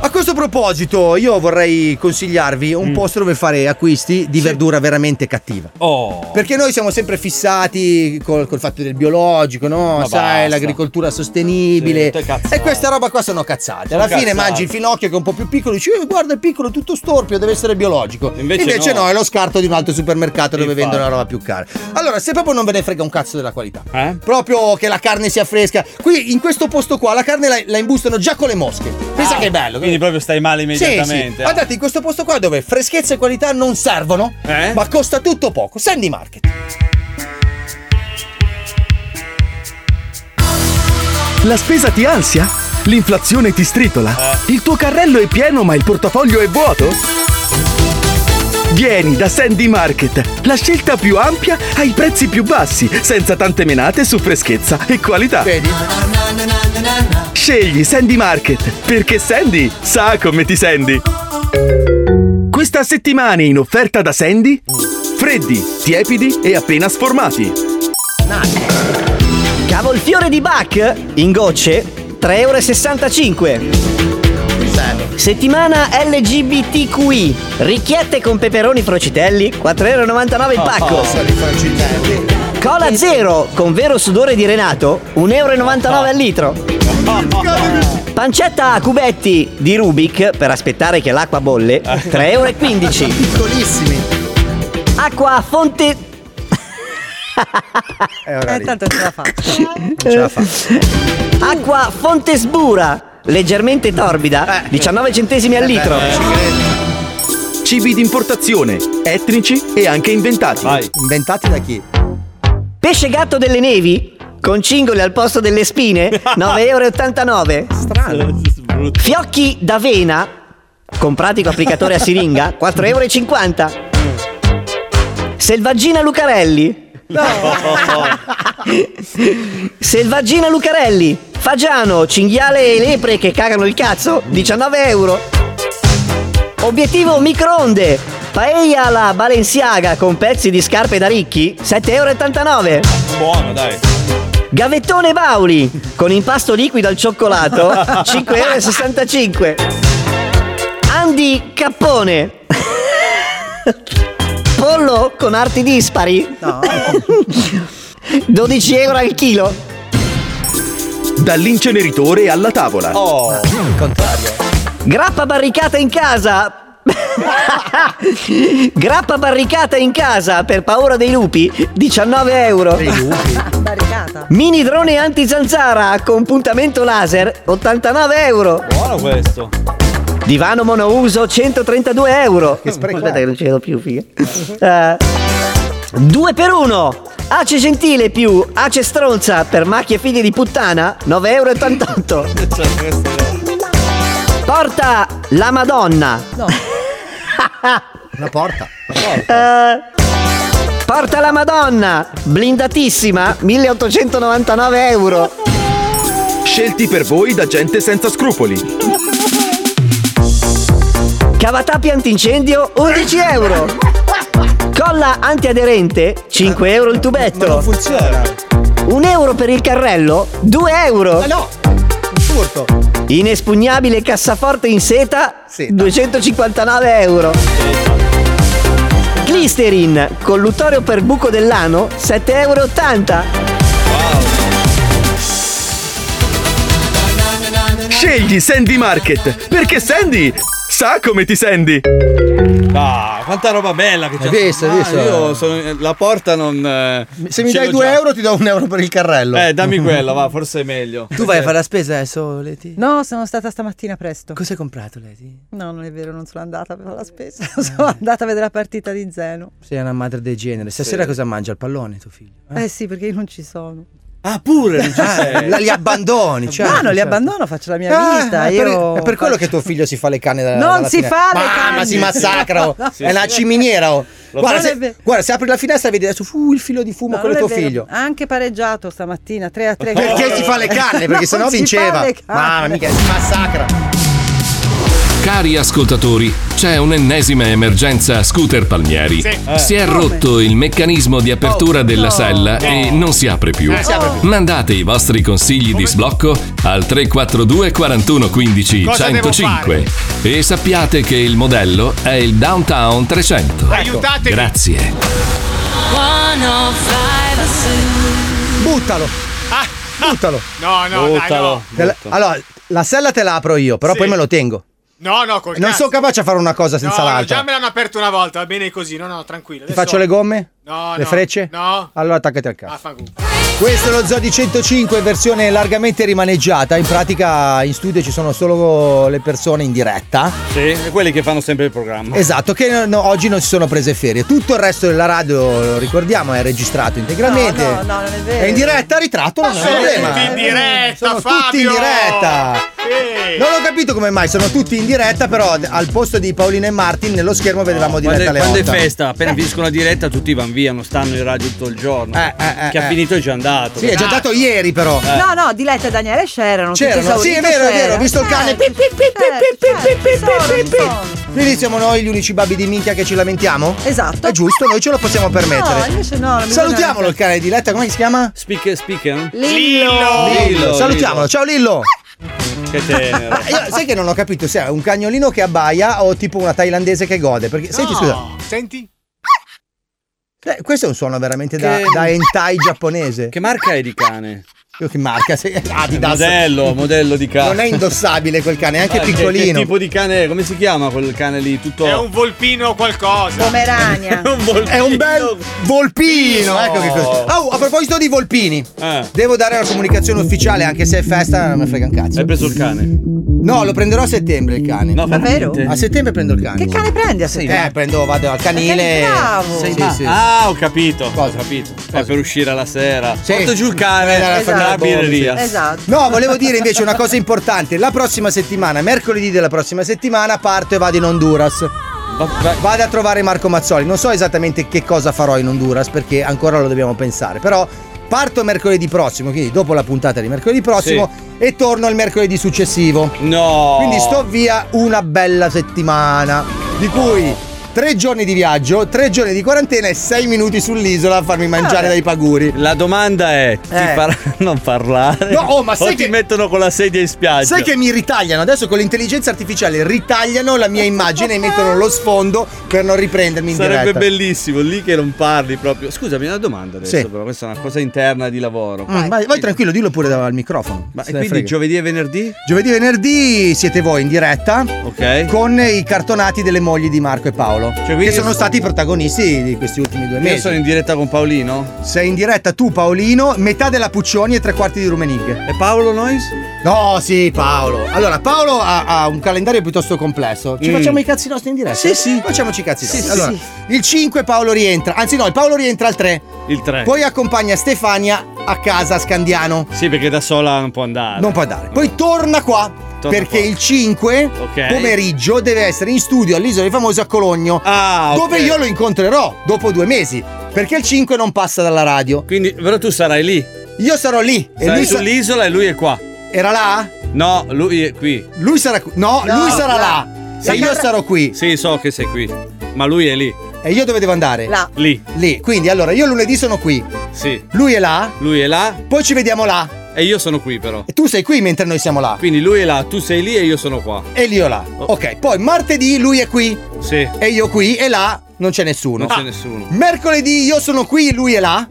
S3: A questo proposito, io vorrei consigliarvi
S7: Mm.
S3: un posto dove fare acquisti di verdura veramente cattiva.
S2: Oh.
S3: Perché noi siamo sempre fissati col, col fatto del biologico, no?
S2: Ma
S3: Sai,
S2: basta.
S3: l'agricoltura sostenibile.
S2: Sì, tutte cazzate.
S3: e questa roba qua sono cazzate.
S2: Sono
S3: Alla fine
S2: cazzate.
S3: mangi il finocchio che è un po' più piccolo, dici, "Eh, guarda è piccolo, tutto storpio, deve essere biologico.
S2: Invece
S3: Invece,
S2: no.
S3: no. è lo scarto di un altro supermercato dove
S2: Infatti.
S3: vendono la roba più cara. Allora, se proprio non ve ne frega un cazzo della qualità,
S2: Eh?
S3: proprio che la carne sia fresca, qui in questo posto qua la carne la, la imbustano già con le mosche. Pensa che bello.
S2: Quindi proprio Ah. stai male
S3: Sì,
S2: immediatamente. eh.
S3: sì. Andate in questo posto qua dove freschezza e qualità non servono,
S2: Eh?
S3: ma costa tutto poco. Sandy Market.
S16: La spesa ti ansia? L'inflazione ti stritola? Il tuo carrello è pieno ma il portafoglio è vuoto? Vieni da Sandy Market, la scelta più ampia ai prezzi più bassi, senza tante menate su freschezza e qualità.
S8: Ah,
S16: Scegli Sandy Market, perché Sandy sa come ti senti. Questa settimana in offerta da Sandy, freddi, tiepidi e appena sformati.
S15: Cavolfiore di Bach in gocce 3,65 euro. Settimana LGBTQI. Ricchiette con peperoni frocitelli 4,99
S11: Oh,
S15: euro
S9: Oh,
S15: il pacco. Cola zero con vero sudore di Renato 1,99 euro al litro. Pancetta a cubetti di Rubik per aspettare che l'acqua bolle 3,15 euro. Piccolissimi. Acqua a fonte
S7: Eh, tanto ce la fa.
S15: Acqua Fontesbura, leggermente torbida,
S16: Eh.
S15: 19 centesimi al litro.
S16: Cibi d'importazione, etnici e anche inventati. Inventati da chi?
S15: Pesce gatto delle nevi, con cingole al posto delle spine, 9,89 euro. Strano. Fiocchi d'avena, con pratico applicatore a siringa, 4,50 euro. Selvaggina Lucarelli, Selvaggina Lucarelli, Fagiano, cinghiale e lepre che cagano il cazzo, 19 euro. Obiettivo microonde, paella alla Balenciaga con pezzi di scarpe da ricchi, 7,89 euro.
S2: Buono, dai.
S15: Gavettone Bauli, con impasto liquido al cioccolato, 5,65 euro. Andy Cappone. Pollo con arti dispari. 12 euro al chilo.
S16: Dall'inceneritore alla tavola. Oh, contrario.
S15: Grappa barricata in casa. Grappa barricata in casa per paura dei lupi, 19 euro. Mini drone anti-zanzara con puntamento laser, 89 euro.
S2: Buono questo.
S15: Divano monouso 132 euro. Che Aspetta che non ci vedo più, figa. 2 per 1 Ace gentile più ace stronza per macchie figlie di puttana 9,88 euro.
S3: eh.
S15: Porta la Madonna. No.
S3: Una porta.
S15: Eh, porta la Madonna, blindatissima, 1899 euro.
S16: Scelti per voi da gente senza scrupoli.
S15: Cavatappi antincendio 11 euro. Colla antiaderente 5 euro il tubetto. non funziona. 1 euro per il carrello 2 euro. Ma no, furto. Inespugnabile cassaforte in seta 259 euro. Clisterin, collutorio per buco dell'ano 7,80 euro.
S16: Scegli Sandy Market, perché Sandy sa come ti senti.
S2: Ah, quanta roba bella che c'è.
S3: Hai visto, hai
S2: Ah,
S3: visto?
S2: Io sono, la porta non. eh,
S3: Se mi
S2: ce
S3: dai
S2: l'ho
S3: 2
S2: già.
S3: euro ti do un euro per il carrello.
S2: Eh, dammi quella, va, forse è meglio.
S17: Tu
S7: Eh.
S17: vai a fare la spesa
S3: eh,
S17: adesso, Leti?
S7: No, sono stata stamattina presto.
S17: Cosa hai comprato, Leti?
S7: No, non è vero, non sono andata a fare la spesa.
S3: Ah.
S7: Sono andata a vedere la partita di Zeno.
S17: Sei una madre del genere. Stasera cosa mangia? Il pallone, tuo figlio?
S3: Ah.
S7: Eh, sì, perché io non ci sono.
S2: Ah, pure non
S17: ci sei. la- li abbandoni, certo,
S7: Ah, No, non li
S17: certo.
S7: abbandono, faccio la mia
S3: Ah,
S7: vita.
S3: è per-
S7: io
S3: è per quello che tuo figlio si fa le canne dalla
S7: Non
S3: dalla
S7: si
S3: finestra.
S7: fa le
S3: Mamma,
S7: canne.
S3: si massacra. oh.
S7: No.
S3: È una ciminiera. oh.
S7: Lo
S3: Guarda,
S7: so.
S3: se, guarda, se apri la finestra e vedi adesso fu, il filo di fumo,
S7: No,
S3: quello è
S7: non
S3: tuo
S7: è vero. Ah,
S3: figlio.
S7: Ha anche pareggiato stamattina 3 a 3.
S3: Perché si fa le canne? Perché sennò vinceva. Mamma mica, si massacra.
S1: Cari ascoltatori, c'è un'ennesima emergenza scooter Palmieri.
S11: Sì. Eh.
S1: Si è
S11: Come? Oh,
S1: rotto il meccanismo di apertura della sella e non si apre più.
S11: Non si apre più.
S1: Mandate i vostri consigli di sblocco al 342 41 15
S11: Cosa devo
S1: 105 e sappiate che il modello è il Downtown 300.
S11: Aiutatemi.
S1: Grazie.
S11: 105
S3: Buttalo. Buttalo.
S11: No, no, dai, no.
S3: Te la- Allora, la sella te la apro io, però
S18: Sì.
S3: poi me lo tengo.
S18: No, no, col
S3: Non
S18: cazzo.
S3: sono capace a fare una cosa senza
S18: no, no,
S3: l'altra.
S18: già me l'hanno aperto una volta, va bene così. No, no, tranquillo.
S3: Ti faccio le gomme?
S18: No,
S3: Le
S18: no,
S3: frecce?
S18: no. Ah,
S3: Allora attaccati al cazzo.
S18: Affanculo.
S3: Questo è lo Zoo di 105, versione largamente rimaneggiata. In pratica in studio ci sono solo le persone in diretta.
S2: Sì, e quelli che fanno sempre il programma.
S3: Esatto, che no- no, oggi non si sono prese ferie. Tutto il resto della radio, lo ricordiamo, è registrato integralmente.
S7: No, no, no, non è vero.
S18: Ah,
S3: È in diretta, ritratto, non è un
S7: sono
S3: problema.
S7: tutti in
S3: Eh,
S7: diretta,
S3: sono tutti in
S7: Fabio!
S3: diretta. Non ho capito come mai, sono tutti in diretta, però al posto di Paolino e Martin nello schermo vedevamo
S2: Quando,
S3: diretta alle
S2: quando è
S3: 8.
S2: festa, appena finiscono la diretta, tutti vanno via, non stanno in radio tutto il giorno.
S3: eh,
S2: Chi ha
S3: eh.
S2: finito è già andato.
S3: Sì, è già andato ieri, però.
S2: Eh.
S7: No, no, Diletta e Daniele c'erano. tutti
S3: C'erano, sì, è
S7: esauriti,
S3: vero, è vero, ho
S7: c'era.
S3: visto il cane.
S7: Eh,
S3: Pip, pip, pip, pip, pip, pip, pip, pip, pip, pip. Quindi siamo noi gli unici babbi di minchia che ci lamentiamo? Esatto. È giusto, noi ce lo possiamo permettere.
S7: No, invece no, non mi
S3: Salutiamolo il cane di letta, come si chiama?
S2: Speaker, speaker?
S3: Lillo.
S2: eh? Lillo,
S3: Salutiamolo,
S2: Lillo.
S3: ciao Lillo.
S2: Che tenero.
S3: Ma io- sai che non ho capito se è un cagnolino che abbaia o tipo una thailandese che gode.
S18: Eh,
S3: Perché, senti, scusa,
S18: Senti?
S3: eh, questo è un suono veramente da,
S2: Che-
S3: da hentai giapponese. Che
S2: marca è di cane?
S3: Io che marca? Se- Adidas.
S2: Modello, modello di cane.
S3: Non è indossabile quel cane, è anche
S2: Ah, che- Che,
S3: piccolino.
S2: tipo di cane è? Come si chiama quel cane lì? Tutto.
S18: È un volpino o qualcosa.
S7: Pomerania.
S2: È un volpino.
S3: È un bel volpino. Ecco che Eh. cos'è. Oh, a proposito di volpini, devo dare una comunicazione ufficiale, anche se è festa, non me frega un cazzo. Hai
S2: preso il cane?
S3: No, lo prenderò a settembre il cane. No,
S7: Davvero? veramente?
S3: A settembre prendo il cane. Che
S7: cane prendi a settembre?
S3: Eh, prendo, vado al canile.
S7: bravo.
S3: Sì,
S2: Ah,
S3: sì, sì.
S2: ah, ho capito. Ho capito. È per uscire la sera. Porto giù il cane
S3: Andare a fare
S2: alla
S3: la bomba,
S2: birreria.
S3: Esatto. sì. No, volevo dire invece una cosa importante. La prossima settimana, mercoledì della prossima settimana, parto e vado in Honduras. Vado a trovare Marco Mazzoli. Non so esattamente che cosa farò in Honduras perché ancora lo dobbiamo pensare. Però parto mercoledì prossimo, quindi dopo la puntata di mercoledì prossimo e torno il mercoledì successivo.
S2: No.
S3: Quindi sto via una bella settimana, di cui tre giorni di viaggio, tre giorni di quarantena e sei minuti sull'isola a farmi mangiare dai paguri.
S2: La domanda è: ti
S3: Eh.
S2: faranno parlare?
S3: No, oh, ma sai
S2: o ti
S3: che-
S2: mettono con la sedia in spiaggia?
S3: Sai che mi ritagliano adesso con l'intelligenza artificiale, ritagliano la mia immagine e mettono lo sfondo per non riprendermi in
S2: Sarebbe
S3: diretta.
S2: bellissimo lì che non parli proprio. Scusami, una domanda adesso,
S3: Sì.
S2: però questa è una cosa interna di lavoro.
S3: Mm, vai, vai tranquillo, dillo pure dal microfono.
S2: Ma
S3: Se
S2: e
S3: ne
S2: quindi
S3: frega.
S2: giovedì e venerdì?
S3: Giovedì e venerdì siete voi in diretta
S2: Ok. Cioè,
S3: con i cartonati delle mogli di Marco e Paolo, che sono stati i protagonisti di questi ultimi due mesi.
S2: Io sono in diretta con Paolino?
S3: Sei in diretta tu, Paolino, metà della Puccioni e tre quarti di Rumenig.
S2: E Paolo Nois?
S3: No, sì, Paolo. Allora, Paolo ha, ha un calendario piuttosto complesso. Ci
S2: Mm.
S3: facciamo i cazzi nostri in diretta? Sì, sì. Facciamoci i cazzi
S2: Sì,
S3: nostri.
S2: sì,
S3: Allora, il 5 Paolo rientra. Anzi, no, il Paolo rientra al 3.
S2: Il 3.
S3: Poi accompagna Stefania a casa a Scandiano.
S2: Sì, perché da sola non può andare.
S3: Non può andare. Poi torna qua.
S2: Torna
S3: perché
S2: qua.
S3: il 5
S2: Ok.
S3: pomeriggio deve essere in studio all'Isola dei Famosi a Cologno.
S2: Ah, ok.
S3: Dove io lo incontrerò dopo due mesi. Perché il 5 non passa dalla radio.
S2: Quindi, però tu sarai lì.
S3: Io sarò lì. E
S2: Sarai
S3: lui sa-
S2: sull'isola e lui è qua.
S3: Era là?
S2: No, lui è qui.
S3: Lui sarà qui. No,
S2: No,
S3: lui sarà
S2: no.
S3: là.
S2: Sì.
S3: E io sarò qui.
S2: Sì, so che sei qui. Ma lui è lì.
S3: E io dove devo andare?
S7: Là.
S2: Lì.
S3: Lì. Quindi allora io lunedì sono qui.
S2: Sì.
S3: Lui è là.
S2: Lui è là
S3: Poi ci vediamo là.
S2: e io sono qui però.
S3: E tu sei qui mentre noi siamo là.
S2: Quindi lui è là, tu sei lì e io sono qua.
S3: E io là.
S2: Oh.
S3: Ok. Poi martedì lui è qui.
S2: Sì.
S3: E io qui. E là non c'è nessuno.
S2: Non c'è
S3: Ah.
S2: nessuno.
S3: Mercoledì io sono qui. Lui è là.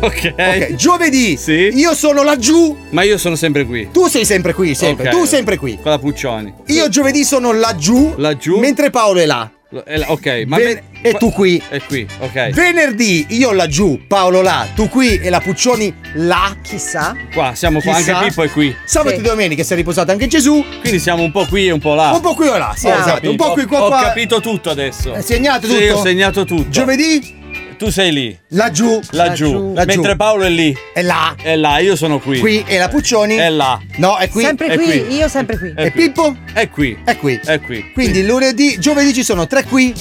S2: Ok.
S3: Ok. Giovedì
S2: Sì.
S3: io sono laggiù.
S2: Ma io sono sempre qui.
S3: Tu sei sempre qui. Sempre.
S2: Ok.
S3: Tu sempre qui.
S2: Con la Puccioni.
S3: Io giovedì sono laggiù.
S2: Laggiù.
S3: Mentre Paolo è là.
S2: Lo- è là- Eh, Ok, ma
S3: Ven-
S2: me-
S3: e tu qui.
S2: E qui, ok.
S3: Venerdì io laggiù, Paolo là, tu qui e la Puccioni là. Chissà.
S2: Qua, siamo qua,
S3: Chissà.
S2: anche Pippo è qui.
S3: Sabato e domenica si è riposato anche Gesù.
S2: Quindi siamo un po' qui e un po' là.
S3: Un po' qui o là, sì,
S2: Ho
S3: esatto.
S2: capito.
S3: Un po' qui qua
S2: Ho
S3: qua.
S2: capito tutto adesso.
S3: Hai segnato
S2: Sì,
S3: tutto?
S2: ho segnato tutto.
S3: Giovedì
S2: tu sei lì.
S3: laggiù,
S2: Laggiù.
S3: laggiù.
S2: Mentre Paolo è lì.
S3: È là.
S2: È là, io sono qui.
S3: Qui e la Puccioni
S2: È là.
S3: No, è qui.
S7: Sempre
S2: È
S7: qui,
S2: qui.
S7: io sempre qui.
S3: E Pippo?
S2: È qui.
S3: È qui.
S2: È qui.
S3: Quindi lunedì, giovedì ci sono tre qui,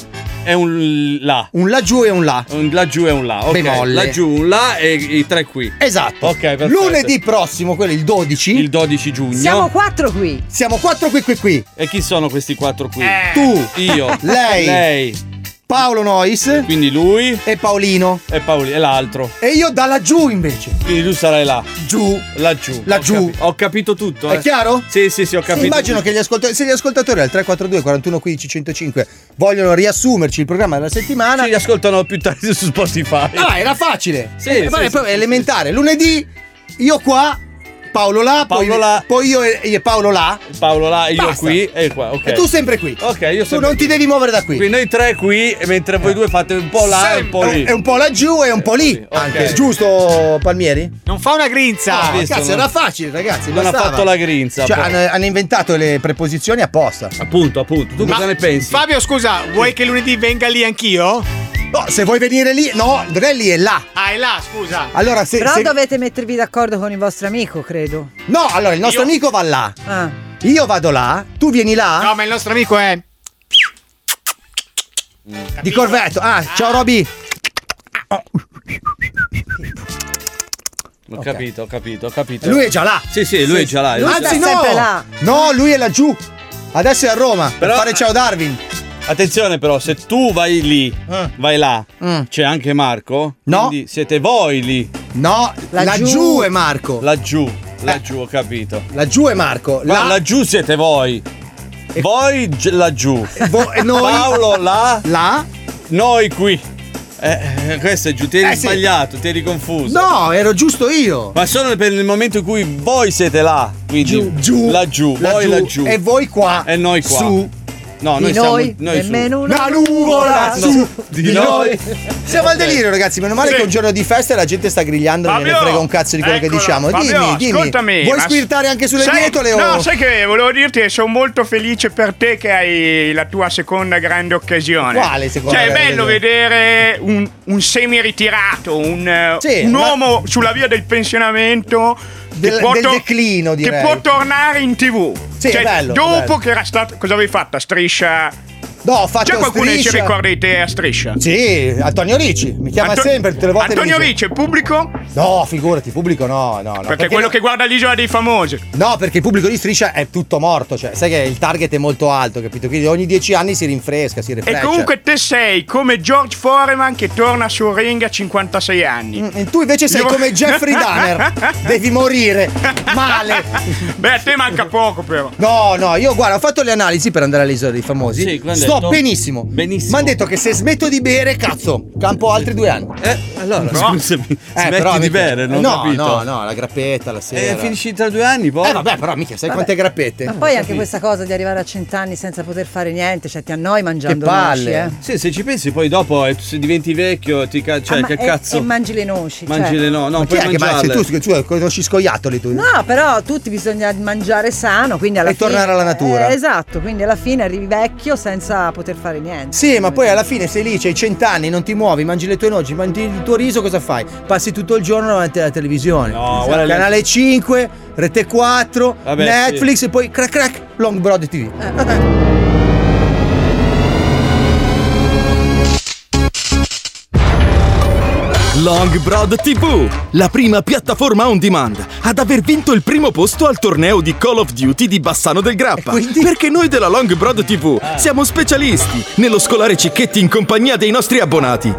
S2: È un là.
S3: un laggiù e un là.
S2: Un laggiù e un là. Ok.
S3: Bemolle.
S2: Laggiù, un là e i tre qui.
S3: Esatto.
S2: Ok, perfetto.
S3: Lunedì prossimo, quello il 12.
S2: Il 12 giugno.
S7: Siamo quattro qui.
S3: Siamo quattro qui qui qui.
S2: E chi sono questi quattro qui?
S3: Tu,
S2: Io.
S3: lei.
S2: Lei.
S3: Paolo Nois
S2: Quindi lui.
S3: E Paolino.
S2: E Paoli. E l'altro.
S3: e io da laggiù invece.
S2: Quindi tu sarai là.
S3: Giù.
S2: Laggiù.
S3: Laggiù.
S2: Ho, capi- ho capito tutto.
S3: È
S2: eh.
S3: chiaro?
S2: Sì, sì, sì, ho capito.
S3: Immagino
S2: tutto.
S3: che gli ascoltatori, se gli ascoltatori al 342 41 15 105 vogliono riassumerci il programma della settimana.
S2: Ci ascoltano più tardi su Spotify.
S3: Ah, era facile.
S2: Sì,
S3: Eh,
S2: sì,
S3: ma è
S2: sì,
S3: proprio
S2: sì,
S3: elementare. Lunedì io qua, Paolo là, poi,
S2: Paolo là.
S3: poi io e, e Paolo là.
S2: Paolo là, io
S3: Basta.
S2: qui e qua. Ok.
S3: E tu sempre qui.
S2: Ok, io
S3: Tu
S2: sempre
S3: non
S2: qui.
S3: ti devi muovere da qui. Eh.
S2: Quindi noi tre qui, e mentre voi due fate un po' là e un po' lì.
S3: È un po' laggiù e un po' lì. Anche. Giusto, Palmieri?
S18: Non fa una grinza.
S3: Ah, cazzo, era facile, ragazzi.
S2: Non ha
S3: bastava.
S2: fatto la grinza.
S3: Cioè,
S2: poi.
S3: hanno, hanno inventato le preposizioni apposta.
S2: Appunto, appunto. Tu cosa ne pensi?
S18: Fabio, scusa, vuoi che lunedì venga lì anch'io?
S3: No, se vuoi venire lì, no, non è lì, è là.
S18: Ah, è là, scusa.
S3: Allora, se.
S7: Però
S3: se-
S7: dovete mettervi d'accordo con il vostro amico, credo.
S3: No, allora il nostro
S18: Io-
S3: amico va là.
S7: Ah.
S3: Io vado là, tu vieni là.
S18: No, ma il nostro amico è.
S2: Mm.
S3: Di Corvetto. Ah, ciao Roby.
S2: Ho capito, ho capito, ho capito.
S3: Lui è già là.
S2: Sì, sì, lui è già là. è già là.
S3: Anzi, no. No, lui è laggiù. Adesso è a Roma. Per fare ciao Darwin. Ah.
S2: Attenzione però, se tu vai lì, vai là,
S3: Mm.
S2: c'è anche Marco. No. Quindi siete voi lì.
S3: No, Laggiù. laggiù è Marco. Eh.
S2: Laggiù, laggiù, ho capito.
S3: Laggiù è Marco.
S2: Ma
S3: là-
S2: laggiù siete voi. Voi gi- laggiù.
S3: e noi-
S2: Paolo là.
S3: Là.
S2: Noi qui. Eh, eh, questo è giù, ti eri
S3: Eh, sì.
S2: sbagliato, ti eri confuso.
S3: No, ero giusto io.
S2: Ma solo per il momento in cui voi siete là. Quindi
S3: Giù, giù,
S2: laggiù, voi
S3: laggiù,
S2: laggiù.
S3: e voi qua,
S2: E noi qua.
S3: su.
S2: No,
S3: Di
S2: noi siamo
S3: noi,
S2: noi su.
S3: nemmeno una Una nuvola
S2: No,
S3: su
S2: di
S3: di
S2: noi.
S3: noi. Siamo al delirio, ragazzi. Meno male che è un giorno di festa e la gente sta grigliando e non gliene
S8: Fabio,
S3: frega un cazzo di quello che
S8: eccolo,
S3: diciamo. Dimmi,
S8: Fabio,
S3: dimmi.
S8: ascoltami,
S3: Vuoi
S8: ma-
S3: squirtare anche sulle
S8: sai-
S3: dietole o
S8: No, sai che volevo dirti che sono molto felice per te che hai la tua seconda grande occasione.
S3: Quale seconda
S8: Cioè, è
S3: grande
S8: bello vedere un, un semi-ritirato, un, eh,
S3: Sì,
S8: un
S3: ma-
S8: uomo sulla via del pensionamento che
S3: Del-
S8: può
S3: del declino, direi.
S8: Che può tornare in tv.
S3: Sì, è
S8: Cioè,
S3: bello,
S8: dopo
S3: bello.
S8: che era stato... Cosa avevi fatto? A Striscia?
S3: No, ho fatto
S8: C'è qualcuno che si
S3: Striscia.
S8: ricorda di te a Striscia?
S3: Sì, Antonio Ricci. Mi chiama
S8: Anto-
S3: sempre tutte le volte. mi
S8: Antonio
S3: dice-
S8: Ricci, pubblico?
S3: No, figurati, pubblico no, no, Eh, no.
S8: Perché, quello che guarda l'isola dei famosi.
S3: No, perché il pubblico di striscia è tutto morto, cioè, sai che il target è molto alto, capito? Quindi ogni dieci anni si rinfresca, si
S8: E
S3: rinfresca.
S8: comunque te sei come George Foreman che torna sul ring a 56 anni.
S3: Mm, tu invece sei come Jeffrey Dahmer, devi morire male.
S8: Beh, a te manca poco però.
S3: No, no, io guarda, ho fatto le analisi per andare all'isola dei famosi.
S8: Sì, quello è
S3: Sto
S8: detto.
S3: benissimo. Benissimo. Mi hanno detto che se smetto di bere, cazzo, campo altri due anni. Eh,
S2: Eh, allora, scusami, smetti di bere, non
S3: no,
S2: ho capito.
S3: No, no, la grappetta, la sera.
S2: Eh, finisci tra due anni poi.
S3: Eh, vabbè, però, mica, sai
S7: Vabbè.
S3: quante grappette?
S7: Ma poi anche questa cosa di arrivare a cent'anni senza poter fare niente, cioè ti annoi mangiando noci, eh.
S2: Sì, se ci pensi poi dopo eh, se diventi vecchio ti ca- cioè
S7: Ah, ma-
S2: che
S7: e-
S2: cazzo
S7: E, mangi le noci.
S2: Mangi
S7: cioè.
S2: le no, no,
S3: Ma chi
S2: puoi
S3: è che mangia?
S2: mangiarle.
S3: Tu, tu, tu conosci scoiattoli tu.
S7: No, però tutti bisogna mangiare sano, quindi alla
S3: E
S7: fine.
S3: tornare alla natura.
S7: Eh, esatto, quindi alla fine arrivi vecchio senza poter fare niente.
S3: Sì, ma poi alla fine sei lì, c'hai cent'anni, non ti muovi, mangi le tue noci, mangi il tuo riso, cosa fai? Passi tutto il giorno davanti alla televisione. Esatto.
S2: guarda le-
S3: Canale 5, Rete 4,
S2: Vabbè,
S3: Netflix e poi crack crack, Long Broad TV.
S16: Longbroad TV, la prima piattaforma on demand ad aver vinto il primo posto al torneo di Call of Duty di Bassano del Grappa. Perché noi della Longbroad TV
S2: Ah.
S16: siamo specialisti nello scolare cicchetti in compagnia dei nostri abbonati.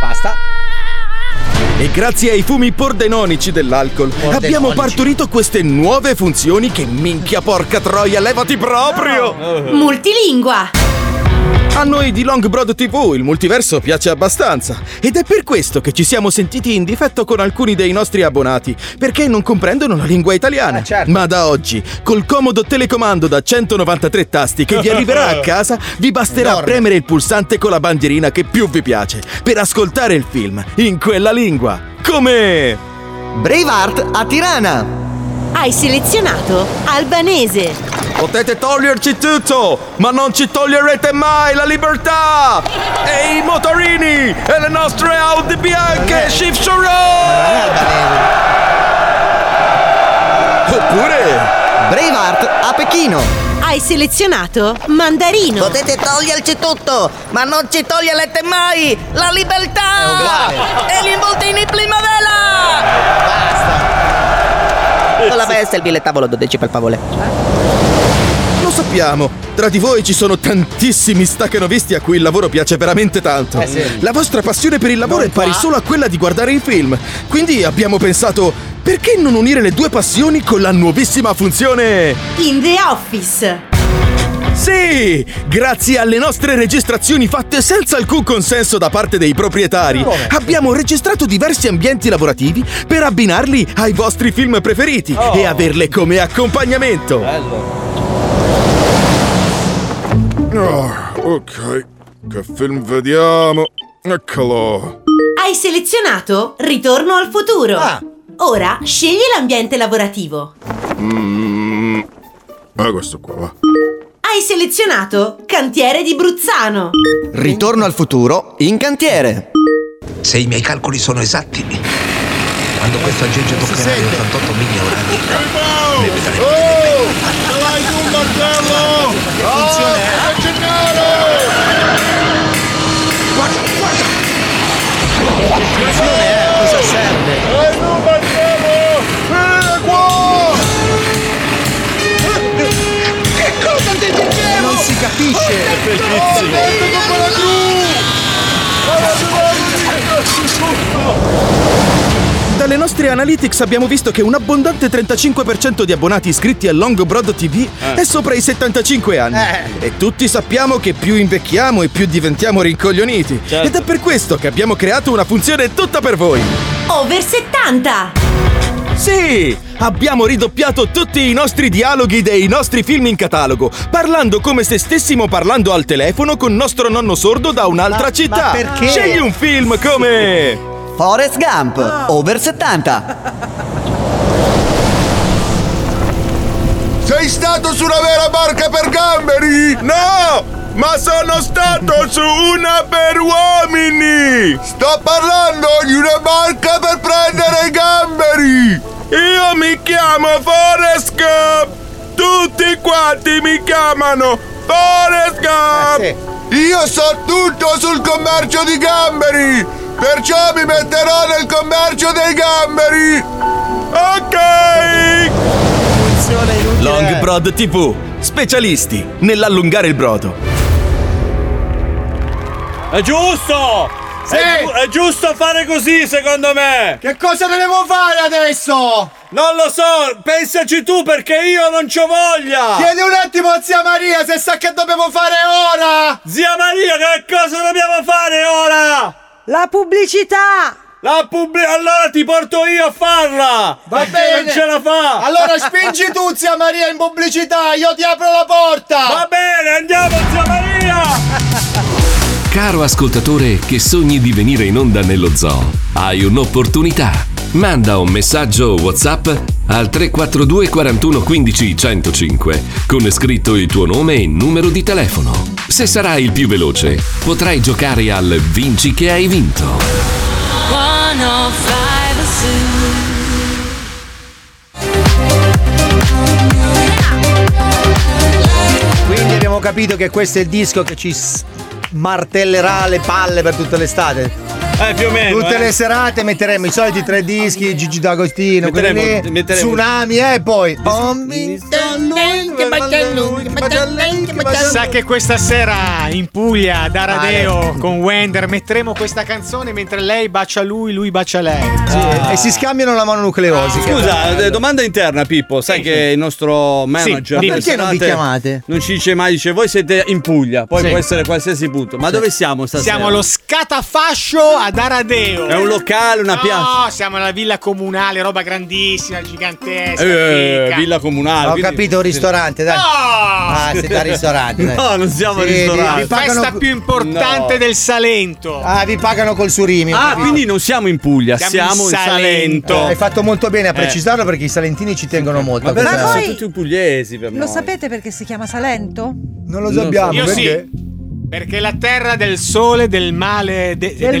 S3: Basta.
S16: E grazie ai fumi pordenonici dell'alcol abbiamo partorito queste nuove funzioni che minchia porca troia, levati proprio!
S19: Multilingua.
S16: A noi di Longbroad TV il multiverso piace abbastanza ed è per questo che ci siamo sentiti in difetto con alcuni dei nostri abbonati perché non comprendono la lingua italiana. Ma da oggi, col comodo telecomando da 193 tasti che vi arriverà a casa, vi basterà premere il pulsante con la bandierina che più vi piace per ascoltare il film in quella lingua. Come
S19: Braveheart a Tirana. Hai selezionato albanese.
S16: Potete toglierci tutto, ma non ci toglierete mai la libertà! E i motorini! E le nostre Audi bianche! Shift Oppure...
S19: Braveheart a Pechino. Hai selezionato mandarino. Potete toglierci tutto, ma non ci toglierete mai la libertà. E gli involtini primavera.
S16: Con la festa il bigliettavolo 12 per favore. Lo sappiamo, tra di voi ci sono tantissimi stacanovisti a cui il lavoro piace veramente tanto.
S11: Eh sì.
S16: La vostra passione per il lavoro è pari
S11: fa.
S16: solo a quella di guardare i film. Quindi abbiamo pensato, perché non unire le due passioni con la nuovissima funzione...
S19: In the office.
S16: Sì! Grazie alle nostre registrazioni fatte senza alcun consenso da parte dei proprietari, abbiamo registrato diversi ambienti lavorativi per abbinarli ai vostri film preferiti e averle come accompagnamento.
S20: Ah, ok, che film vediamo? Eccolo.
S19: Hai selezionato ritorno al futuro. Ora scegli l'ambiente lavorativo.
S20: Mm. Ah, questo qua va.
S19: Hai selezionato Cantiere di Bruzzano.
S5: Ritorno al futuro in cantiere. Se i miei calcoli sono esatti, quando questo aggeggio toccherà gli 88 milioni, deve
S11: Oh!
S5: dare
S11: Dai tu, Oh! Martello!
S5: eh.
S11: Funziona! Guarda, guarda! Funziona, eh, cosa serve? Dai tu, Martello! Vieni qua! Che cosa ti dicevo? Non si capisce! È bellissimo!
S16: Dalle nostre analytics abbiamo visto che un abbondante 35% di abbonati iscritti a Longobrod TV
S4: Eh.
S16: è sopra i 75 anni. E tutti sappiamo che più invecchiamo e più diventiamo rincoglioniti. Ed è per questo che abbiamo creato una funzione tutta per voi.
S19: Over 70.
S16: Sì! Abbiamo ridoppiato tutti i nostri dialoghi dei nostri film in catalogo, parlando come se stessimo parlando al telefono con nostro nonno sordo da un'altra
S15: Ma-
S16: città.
S15: ma perché?
S16: Scegli un film come.
S5: Forrest Gump, over 70.
S20: Sei stato su una vera barca per gamberi? No! Ma sono stato su una per uomini! Sto parlando di una barca per prendere i gamberi! Io mi chiamo Forrest Gump! Tutti quanti mi chiamano Forrest Gump! Io so tutto sul commercio di gamberi! Perciò mi metterò nel commercio dei gamberi! Ok! Eh.
S16: Long Brod TV, specialisti nell'allungare il brodo.
S2: È giusto! È, giu- è giusto fare così, secondo me! Che cosa devo fare adesso? Non lo so, pensaci tu perché io non c'ho voglia!
S11: Chiedi un attimo a zia Maria se sa che dobbiamo fare ora!
S2: Zia Maria, che cosa dobbiamo fare ora?
S7: La pubblicità!
S2: La pubblicità! Allora ti porto io a farla!
S11: Va
S2: Perché
S11: bene!
S2: Non ce la fa!
S11: Allora spingi tu, zia Maria, in pubblicità! Io ti apro la porta! Va
S2: bene, andiamo, zia Maria!
S1: Caro ascoltatore che sogni di venire in onda nello zoo, hai un'opportunità. Manda un messaggio WhatsApp al 342 41 15 105 con scritto il tuo nome e numero di telefono. Se sarai il più veloce, potrai giocare al Vinci che hai vinto.
S11: 105
S3: Quindi abbiamo capito che questo è il disco che ci s- martellerà le palle per tutta l'estate.
S2: Eh, più o meno!
S3: Tutte
S2: eh.
S3: le serate metteremo i soliti tre dischi, Gigi D'Agostino,
S2: Metteremo-
S3: quelli lì,
S2: metteremo-
S3: Tsunami e poi...
S18: Sa che questa sera in Puglia,
S3: Ah,
S18: ad Aradeo, con Wender, metteremo questa canzone mentre lei bacia lui, lui bacia lei.
S3: E si scambiano la mononucleosi.
S2: Scusa, eh, domanda interna Pippo, sai che il nostro manager
S3: dimmi.
S2: del
S3: Perché non vi
S2: Sonate
S3: chiamate?
S2: Non ci dice mai, dice voi siete in Puglia, poi
S18: Sì.
S2: può essere qualsiasi punto. Ma dove siamo stasera?
S18: Siamo allo scatafascio ad Aradeo.
S2: È un locale, una piazza.
S18: No, siamo alla villa comunale, roba grandissima, gigantesca.
S2: Eh,
S18: fica.
S2: villa comunale.
S3: Ho
S2: quindi-
S3: capito, un ristorante, dai.
S18: No!
S3: Ah, siete al ristorante. dai.
S2: No, non siamo al
S3: Sì, vi-
S2: ristorante.
S3: vi pagano-
S18: Festa più importante
S3: No.
S18: del Salento.
S3: Ah, vi pagano col surimi. ho
S2: Ah,
S3: capito.
S2: quindi non siamo in Puglia, siamo, in Salento.
S3: Eh, hai fatto molto bene a
S2: Eh.
S3: precisarlo perché i salentini ci tengono molto.
S2: Ma
S3: a questa-
S2: perché sono tutti pugliesi per
S7: Lo
S2: noi.
S7: sapete perché si chiama Salento?
S3: Non lo
S2: sappiamo,
S18: Io
S2: perché?
S18: sì. Perché è la terra del sole, del male, de-
S7: Del
S18: del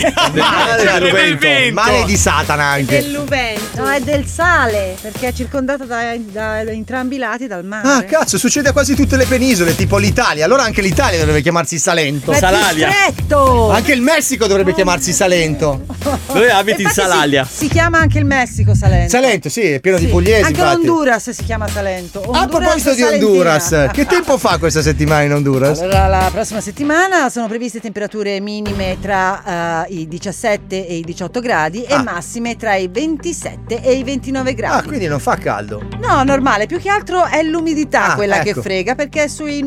S18: male,
S3: Del male
S18: Cioè,
S3: del vento. Male di Satana anche.
S7: Del Luvento. No, è del sale, perché è circondata da, da- da entrambi i lati dal mare.
S3: Ah, cazzo, succede a quasi tutte le penisole, tipo l'Italia. Allora anche l'Italia dovrebbe chiamarsi Salento.
S7: Ma è più Salaria. stretto.
S3: Anche il Messico dovrebbe chiamarsi Salento.
S2: Dove abiti in
S7: Infatti si-
S2: Salalia?
S7: Si, chiama anche il Messico Salento.
S3: Salento, sì, è pieno
S7: Sì.
S3: di pugliesi.
S7: Anche
S3: infatti. Ah,
S7: l'Honduras si chiama Salento.
S3: A proposito di Honduras, che tempo fa questa settimana in Honduras?
S7: Allora, la prossima settimana sono previste temperature minime tra eh, i 17 e i 18 gradi e
S3: Ah.
S7: massime tra i 27 e i 29 gradi.
S3: Ah, quindi non fa caldo.
S7: No, normale, più che altro è l'umidità
S3: Ah,
S7: quella che
S3: ecco. Eh,
S7: frega perché è sui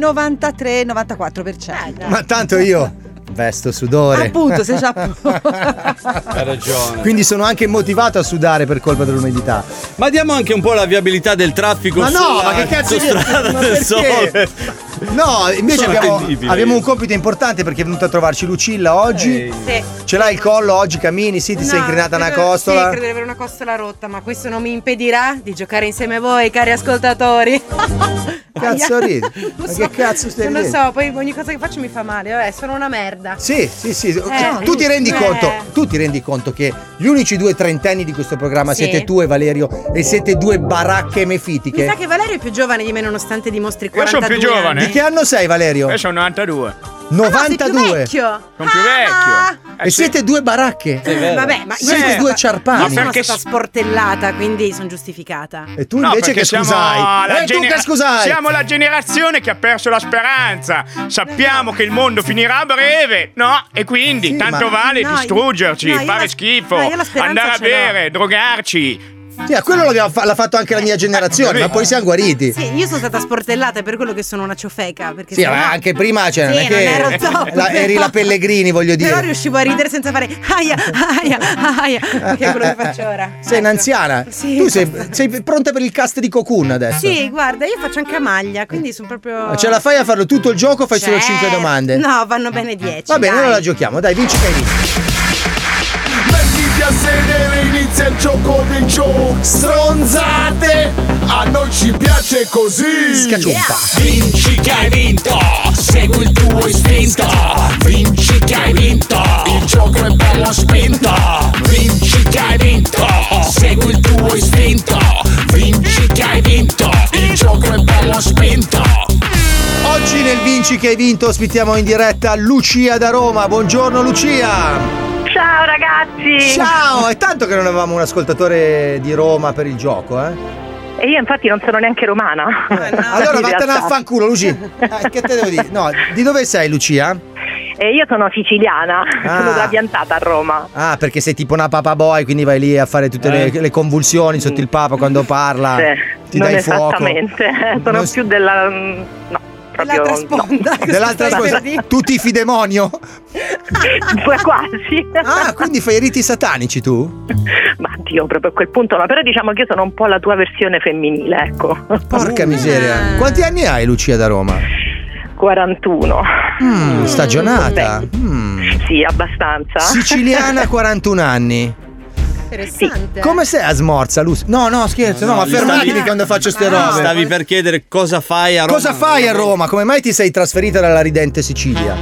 S7: 93-94%.
S3: Ma tanto io vesto sudore.
S7: Appunto, sei già
S2: Hai ragione.
S3: Quindi sono anche motivato a sudare per colpa dell'umidità.
S2: Ma diamo anche un po' la viabilità del traffico
S3: Ma no,
S2: sulla
S3: ma che cazzo
S2: autostrada
S3: di- ma
S2: del
S3: perché? Cioè,
S2: sole.
S3: No, invece Sono abbiamo, attendibili. abbiamo un compito importante perché è venuta a trovarci Lucilla oggi.
S13: Sì.
S3: Ce l'hai il collo oggi, Camini? Sì, ti sei
S13: No,
S3: incrinata una
S13: credo- Sì,
S3: costola.
S13: credo di avere una costola rotta, ma questo non mi impedirà di giocare insieme a voi, cari ascoltatori.
S3: Cazzo
S13: Aia.
S3: ridi?
S13: Non
S3: Ma che cazzo stai
S13: Non lo
S3: ridendo?
S13: so, poi ogni cosa che faccio mi fa male, vabbè, sono una merda.
S3: Sì, sì, sì.
S13: Eh,
S3: tu ti rendi
S13: eh.
S3: conto, tu ti rendi conto che gli unici due trentenni di questo programma
S13: Sì.
S3: siete tu e Valerio e siete due baracche mefitiche.
S13: Mi sa che Valerio è più giovane di me nonostante dimostri
S3: Io
S13: 42
S3: sono più giovane. Di che anno sei, Valerio?
S13: Io
S8: sono 92.
S13: Ah, sei
S3: 92.
S13: più vecchio.
S8: Sono più vecchio.
S3: e siete due baracche.
S13: Eh, Ah. Vabbè, ma io
S3: siete
S13: sono
S3: due
S13: sta-
S3: ciarpani.
S13: Io sono stata sportellata, quindi sono giustificata.
S3: E tu invece
S8: perché
S3: che
S8: siamo
S3: scusai?
S8: la
S3: E tu
S8: genera-
S3: che scusai?
S8: Siamo la generazione che ha perso la speranza. Sappiamo che il mondo finirà a breve, no? E quindi tanto
S3: Eh ma-
S8: vale
S3: no,
S8: distruggerci,
S3: io- no, io
S8: fare
S3: la-
S8: schifo,
S3: no, io la speranza
S8: andare a
S3: ce l'ho.
S8: bere, drogarci.
S3: Sì, a quello l'abbiamo fa- l'ha fatto anche la mia generazione, ma poi siamo guariti.
S13: Eh, Sì, io sono stata sportellata è per quello che sono una ciofeca. Perché
S3: Sì,
S13: sennò-
S3: ma anche prima cioè, non
S13: Sì,
S3: è che
S13: non ero top,
S3: la- eri
S13: però-
S3: la Pellegrini, voglio
S13: Però
S3: dire.
S13: riuscivo a ridere senza fare aia, aia, aia, che è quello che faccio ora.
S3: Sei un'anziana. tu sei, sei pronta per il cast di Cocoon adesso.
S13: Sì, guarda, io faccio anche a maglia, quindi sono proprio.
S3: Ma Ce la fai a farlo tutto il gioco o fai solo
S13: Certo.
S3: 5 domande?
S13: No, vanno bene 10.
S3: Va bene,
S13: dai.
S3: allora la giochiamo. Dai, vinci che hai vinto.
S20: Mettiti a sedere, inizia il gioco dei gioco Stronzate, a noi ci piace così
S3: Scacciumpa.
S11: Vinci che hai vinto, segui il tuo istinto. Vinci che hai vinto, il gioco è bello spinto. Vinci che hai vinto, segui il tuo istinto. Vinci che hai vinto, il gioco è bello spinto.
S3: Oggi nel Vinci che hai vinto ospitiamo in diretta Lucia da Roma. Buongiorno Lucia.
S6: Ciao ragazzi!
S3: Ciao, è tanto che non avevamo un ascoltatore di Roma per il gioco, eh?
S6: E io infatti non sono neanche romana.
S3: Allora
S6: In
S3: vattene a
S6: realtà.
S3: fanculo, Lucia. Eh, che te devo dire? No, di dove sei Lucia?
S6: E io sono siciliana, sono
S3: Ah.
S6: da piantata a Roma.
S3: Ah, perché sei tipo una papa boy, quindi vai lì a fare tutte le, le convulsioni sotto il papa quando parla.
S6: Eh. Sì,
S3: Ah, Ti
S6: Cioè, non
S3: dai fuoco.
S6: esattamente, sono più della... mm, no, proprio...
S3: Dell'altra
S6: sponda.
S3: Dell'altra cosa, tu tifi demonio?
S6: quasi.
S3: Ah, quindi fai i riti satanici tu?
S6: Ma Dio, proprio a quel punto, ma però diciamo che io sono un po' la tua versione femminile, ecco.
S3: Porca miseria. Quanti anni hai Lucia da Roma?
S6: 41.
S3: Mm, stagionata. Mm.
S6: Sì, abbastanza.
S3: Siciliana 41 anni.
S13: Interessante.
S3: Come sei a smorza, Luz? No, no, scherzo, no,
S21: No,
S3: ma
S21: gli
S3: fermatevi
S21: stavi-
S3: quando faccio
S2: Ah,
S3: ste
S21: No,
S3: robe.
S21: Stavi per chiedere cosa fai a Roma.
S3: Cosa fai a Roma? Come mai ti sei trasferita dalla ridente Sicilia?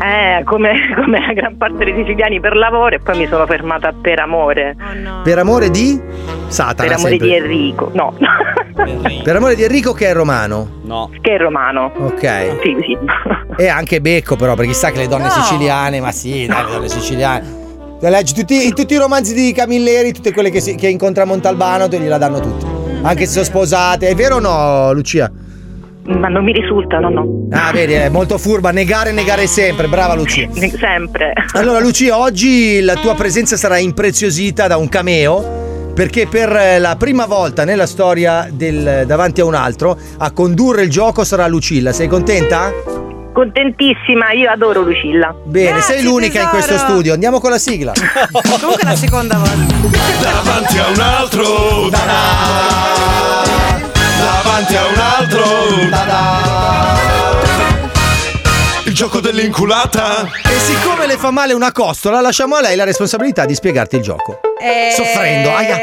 S6: Eh, come, come la gran parte dei siciliani per lavoro e poi mi sono fermata per amore.
S3: Per amore di Satana.
S6: per amore
S3: sempre.
S6: di Enrico. No,
S3: Per amore di Enrico che è romano.
S6: no. Che è romano.
S3: Ok.
S6: Sì, sì.
S3: E anche Becco però, perché sa che le donne
S6: No.
S3: siciliane, ma sì, dai, le donne siciliane. Te leggi tutti, tutti i romanzi di Camilleri, tutte quelle che, si- che incontra a Montalbano, te gliela danno tutte. Anche se sono sposate, è vero o no, Lucia?
S6: Ma non mi risulta, no, no.
S3: Ah, vedi, è molto furba. Negare, negare sempre. Brava Lucia.
S6: Sempre. Ah.
S3: Allora, Lucia, oggi la tua presenza sarà impreziosita da un cameo. Perché per eh, la prima volta nella storia del davanti a un altro a condurre il gioco sarà Lucilla. Sei contenta?
S6: Contentissima, io adoro Lucilla.
S3: Bene, sei l'unica in questo studio. Andiamo con la sigla.
S13: Comunque è la seconda volta.
S22: Davanti a un altro. Davanti a un altro. Il gioco dell'inculata.
S3: E siccome le fa male una costola, lasciamo a lei la responsabilità di spiegarti il gioco.
S13: Eh,
S3: Soffrendo, aia.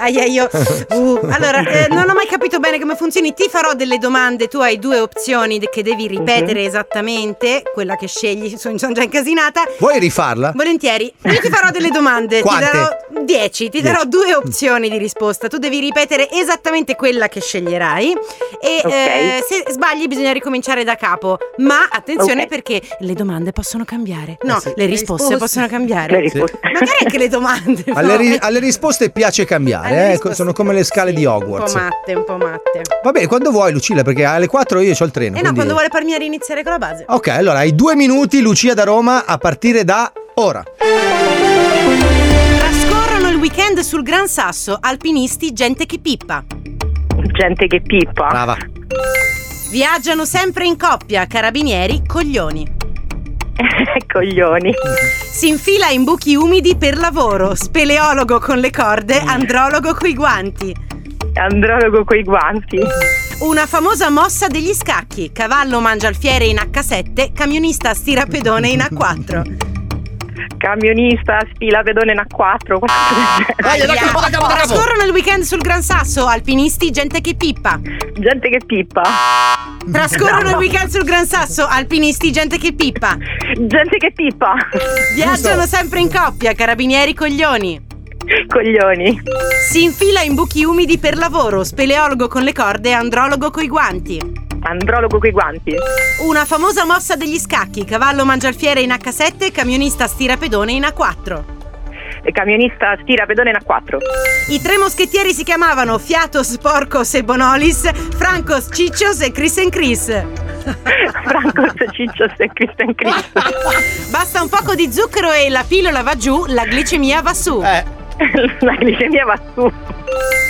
S13: aia, io. Uh, allora, eh, non ho mai capito bene come funzioni. Ti farò delle domande. Tu hai due opzioni de- che devi ripetere esattamente. Quella che scegli, sono sono già incasinata.
S3: Vuoi rifarla?
S13: Volentieri, io ti farò delle domande.
S3: Quante?
S13: Ti darò 10,
S3: Dieci.
S13: ti
S3: Mm.
S13: darò due opzioni di risposta. Tu devi ripetere esattamente quella che sceglierai. E
S6: Ok.
S13: eh, se sbagli, bisogna ricominciare da capo. Ma attenzione
S6: Ok.
S13: perché le domande possono cambiare. No,
S6: Eh sì.
S13: le risposte
S6: Risposte.
S13: possono cambiare.
S3: Le risposte.
S13: Sì. Magari anche le domande. no? eh.
S3: Alle, ri- alle risposte piace cambiare,
S13: Alle
S3: eh,
S13: risposte-
S3: sono come le scale di
S13: Un po'
S3: Hogwarts.
S13: matte, un po' matte.
S3: Va bene, quando vuoi, Lucia, perché alle 4 io ho il treno.
S13: E Eh, no,
S3: quindi-
S13: quando vuole Palmieri iniziare con la base.
S3: Ok, allora hai due minuti, Lucia da Roma, a partire da ora.
S13: Trascorrono il weekend sul Gran Sasso, alpinisti, gente che pippa.
S6: Gente che pippa. Eh,
S3: Brava.
S13: Viaggiano sempre in coppia, carabinieri, coglioni.
S6: Coglioni.
S13: Si infila in buchi umidi per lavoro, speleologo con le corde, andrologo coi guanti.
S6: Andrologo coi guanti.
S13: una famosa mossa degli scacchi. Cavallo mangia alfiere in H7, camionista stira pedone in A4.
S6: Camionista, spila pedone in A4. Vai,
S13: Ah, Scorrono il weekend sul Gran Sasso, alpinisti, gente che pippa.
S6: Gente che pippa.
S13: Trascorrono il weekend sul Gran Sasso, alpinisti, gente che pippa.
S6: Gente che pippa.
S13: Viaggiano sempre in coppia, carabinieri coglioni.
S6: Coglioni.
S13: Si infila in buchi umidi per lavoro, speleologo con le corde, andrologo coi guanti.
S6: Andrologo coi guanti.
S13: Una famosa mossa degli scacchi, cavallo mangia alfiere in H7, camionista stira pedone in A4.
S6: E camionista stira pedone in A4.
S13: I tre moschettieri si chiamavano Fiatos, Porcos e Bonolis, Francos, Ciccios e Chris and Chris.
S6: Francos, Ciccios e Christian Chris.
S13: Basta un poco di zucchero e la pillola va giù, la glicemia va su.
S6: La glicemia va su.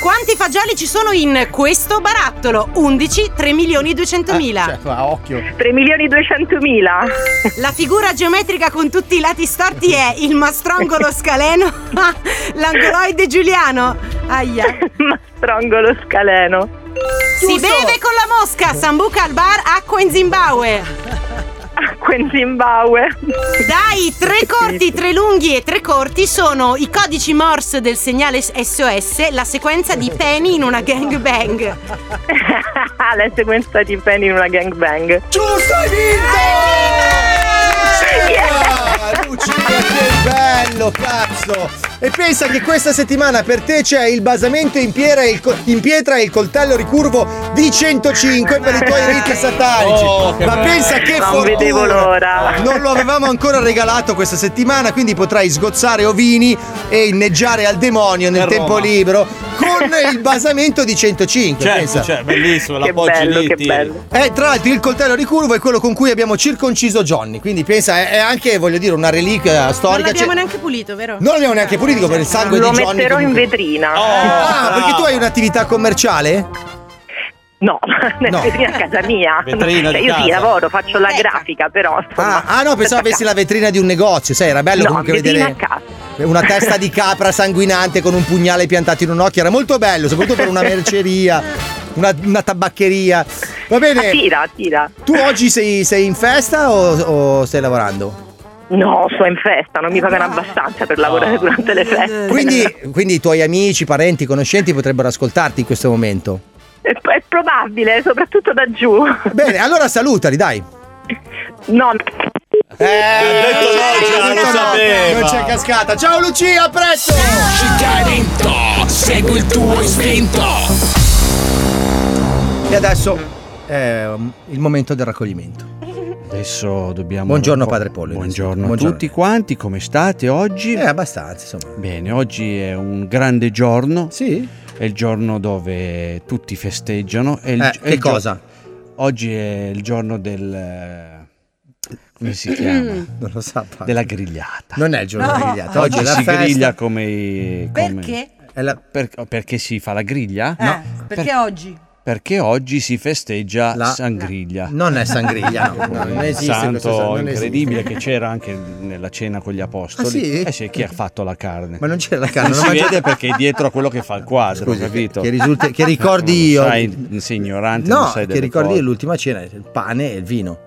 S13: Quanti fagioli ci sono in questo barattolo? 11, 3 milioni
S3: Eh,
S13: Cioè,
S3: a occhio.
S6: 3 milioni 200 mila.
S13: La figura geometrica con tutti i lati storti è il mastrongolo scaleno, l'angoloide giuliano. Aia.
S6: Mastrongolo scaleno.
S13: Si beve con la mosca, sambuca al bar, acqua in Zimbabwe.
S6: Acqua in Zimbabwe.
S13: Dai, tre corti, tre lunghi e tre corti sono i codici Morse del segnale SOS, la sequenza di Penny in una gangbang.
S6: Ah, la sequenza di Penny in una gangbang.
S11: Giusto, hai
S3: vinto! Lucica, che bello, cazzo! Esatto. E pensa che questa settimana per te c'è il basamento in pietra e il, co- in pietra e il coltello ricurvo di 105 per i tuoi riti satanici.
S11: Oh, che
S3: Ma
S11: bello.
S3: pensa che
S11: Non
S3: fortuna!
S11: vedevo l'ora.
S3: Non lo avevamo ancora regalato questa settimana, quindi potrai sgozzare ovini e inneggiare al demonio nel
S23: Per
S3: tempo
S23: Roma.
S3: libero con il basamento di 105. pensa.
S23: Certo, cioè, bellissimo, l'appoggi lì. tiri.
S3: Eh, tra l'altro il coltello di curvo è quello con cui abbiamo circonciso Johnny, quindi pensa, è, è anche, voglio dire, una reliquia
S13: Non
S3: storica.
S13: l'abbiamo
S3: Cioè,
S13: neanche pulito, vero?
S3: non l'abbiamo neanche pulito per il sangue
S6: Lo
S3: di Johnny.
S6: metterò in
S3: comunque.
S6: vetrina.
S3: Ah, perché tu hai un'attività commerciale?
S6: No, nel vetrina a casa mia.
S3: Vetrina di
S6: Cioè, io sì,
S3: casa.
S6: lavoro, faccio la grafica, però.
S3: Ah, ah, no, pensavo avessi la vetrina di un negozio, sai, era bello
S6: No,
S3: comunque
S6: vetrina
S3: vedere una testa di capra sanguinante con un pugnale piantato in un occhio, era molto bello, soprattutto per una merceria, una, una tabaccheria. Va bene.
S6: Ah, Tira, tira.
S3: Tu oggi sei, sei in festa o- o stai lavorando?
S6: No, sto in festa, non mi pagano abbastanza per lavorare durante le feste.
S3: Quindi, quindi i tuoi amici, parenti, conoscenti potrebbero ascoltarti in questo momento.
S6: È, è probabile, soprattutto da giù.
S3: Bene, allora salutali, dai.
S6: No,
S11: già, lo
S3: Eh, No, no,
S11: sapeva.
S3: Non c'è cascata. Ciao Lucia, a presto!
S8: Segui il tuo istinto.
S3: E adesso è um, il momento del raccoglimento.
S2: Adesso dobbiamo.
S3: Buongiorno, padre Pollo,
S2: Buongiorno,
S3: Buongiorno.
S2: a tutti quanti, come state oggi?
S3: Eh, abbastanza, insomma.
S2: Bene, oggi è un grande giorno.
S3: Sì.
S2: È il giorno dove tutti festeggiano. È il-
S3: Eh,
S2: è
S3: che
S2: il gio-
S3: cosa?
S2: oggi è il giorno del. eh, Come si chiama?
S3: Non lo so. padre.
S2: Della grigliata.
S3: Non è il giorno della
S2: No.
S3: grigliata, oggi
S2: Oggi,
S3: è la
S2: si
S3: festa.
S2: griglia come. i- come-
S7: Perché? Eh,
S2: Per- oh, perché si fa la griglia?
S7: Perché oggi?
S2: Perché oggi si festeggia Sangriglia.
S3: Non è Sangriglia, no, no, non esiste questa
S2: santo
S3: cosa, non esiste.
S2: incredibile che c'era anche nella cena con gli apostoli.
S3: Ah, sì?
S2: Eh sì, chi ha fatto la carne.
S3: Ma non c'era la carne,
S2: Eh. Non
S3: Cioè, non
S2: si
S3: mangia-
S2: vede perché è dietro a quello che fa il quadro, capito?
S3: che risulta- che ricordi
S2: Non
S3: io-
S2: Sai, sei ignorante, non
S3: No,
S2: sai
S3: che
S2: delle
S3: ricordi
S2: cose.
S3: l'ultima cena, il pane e il vino.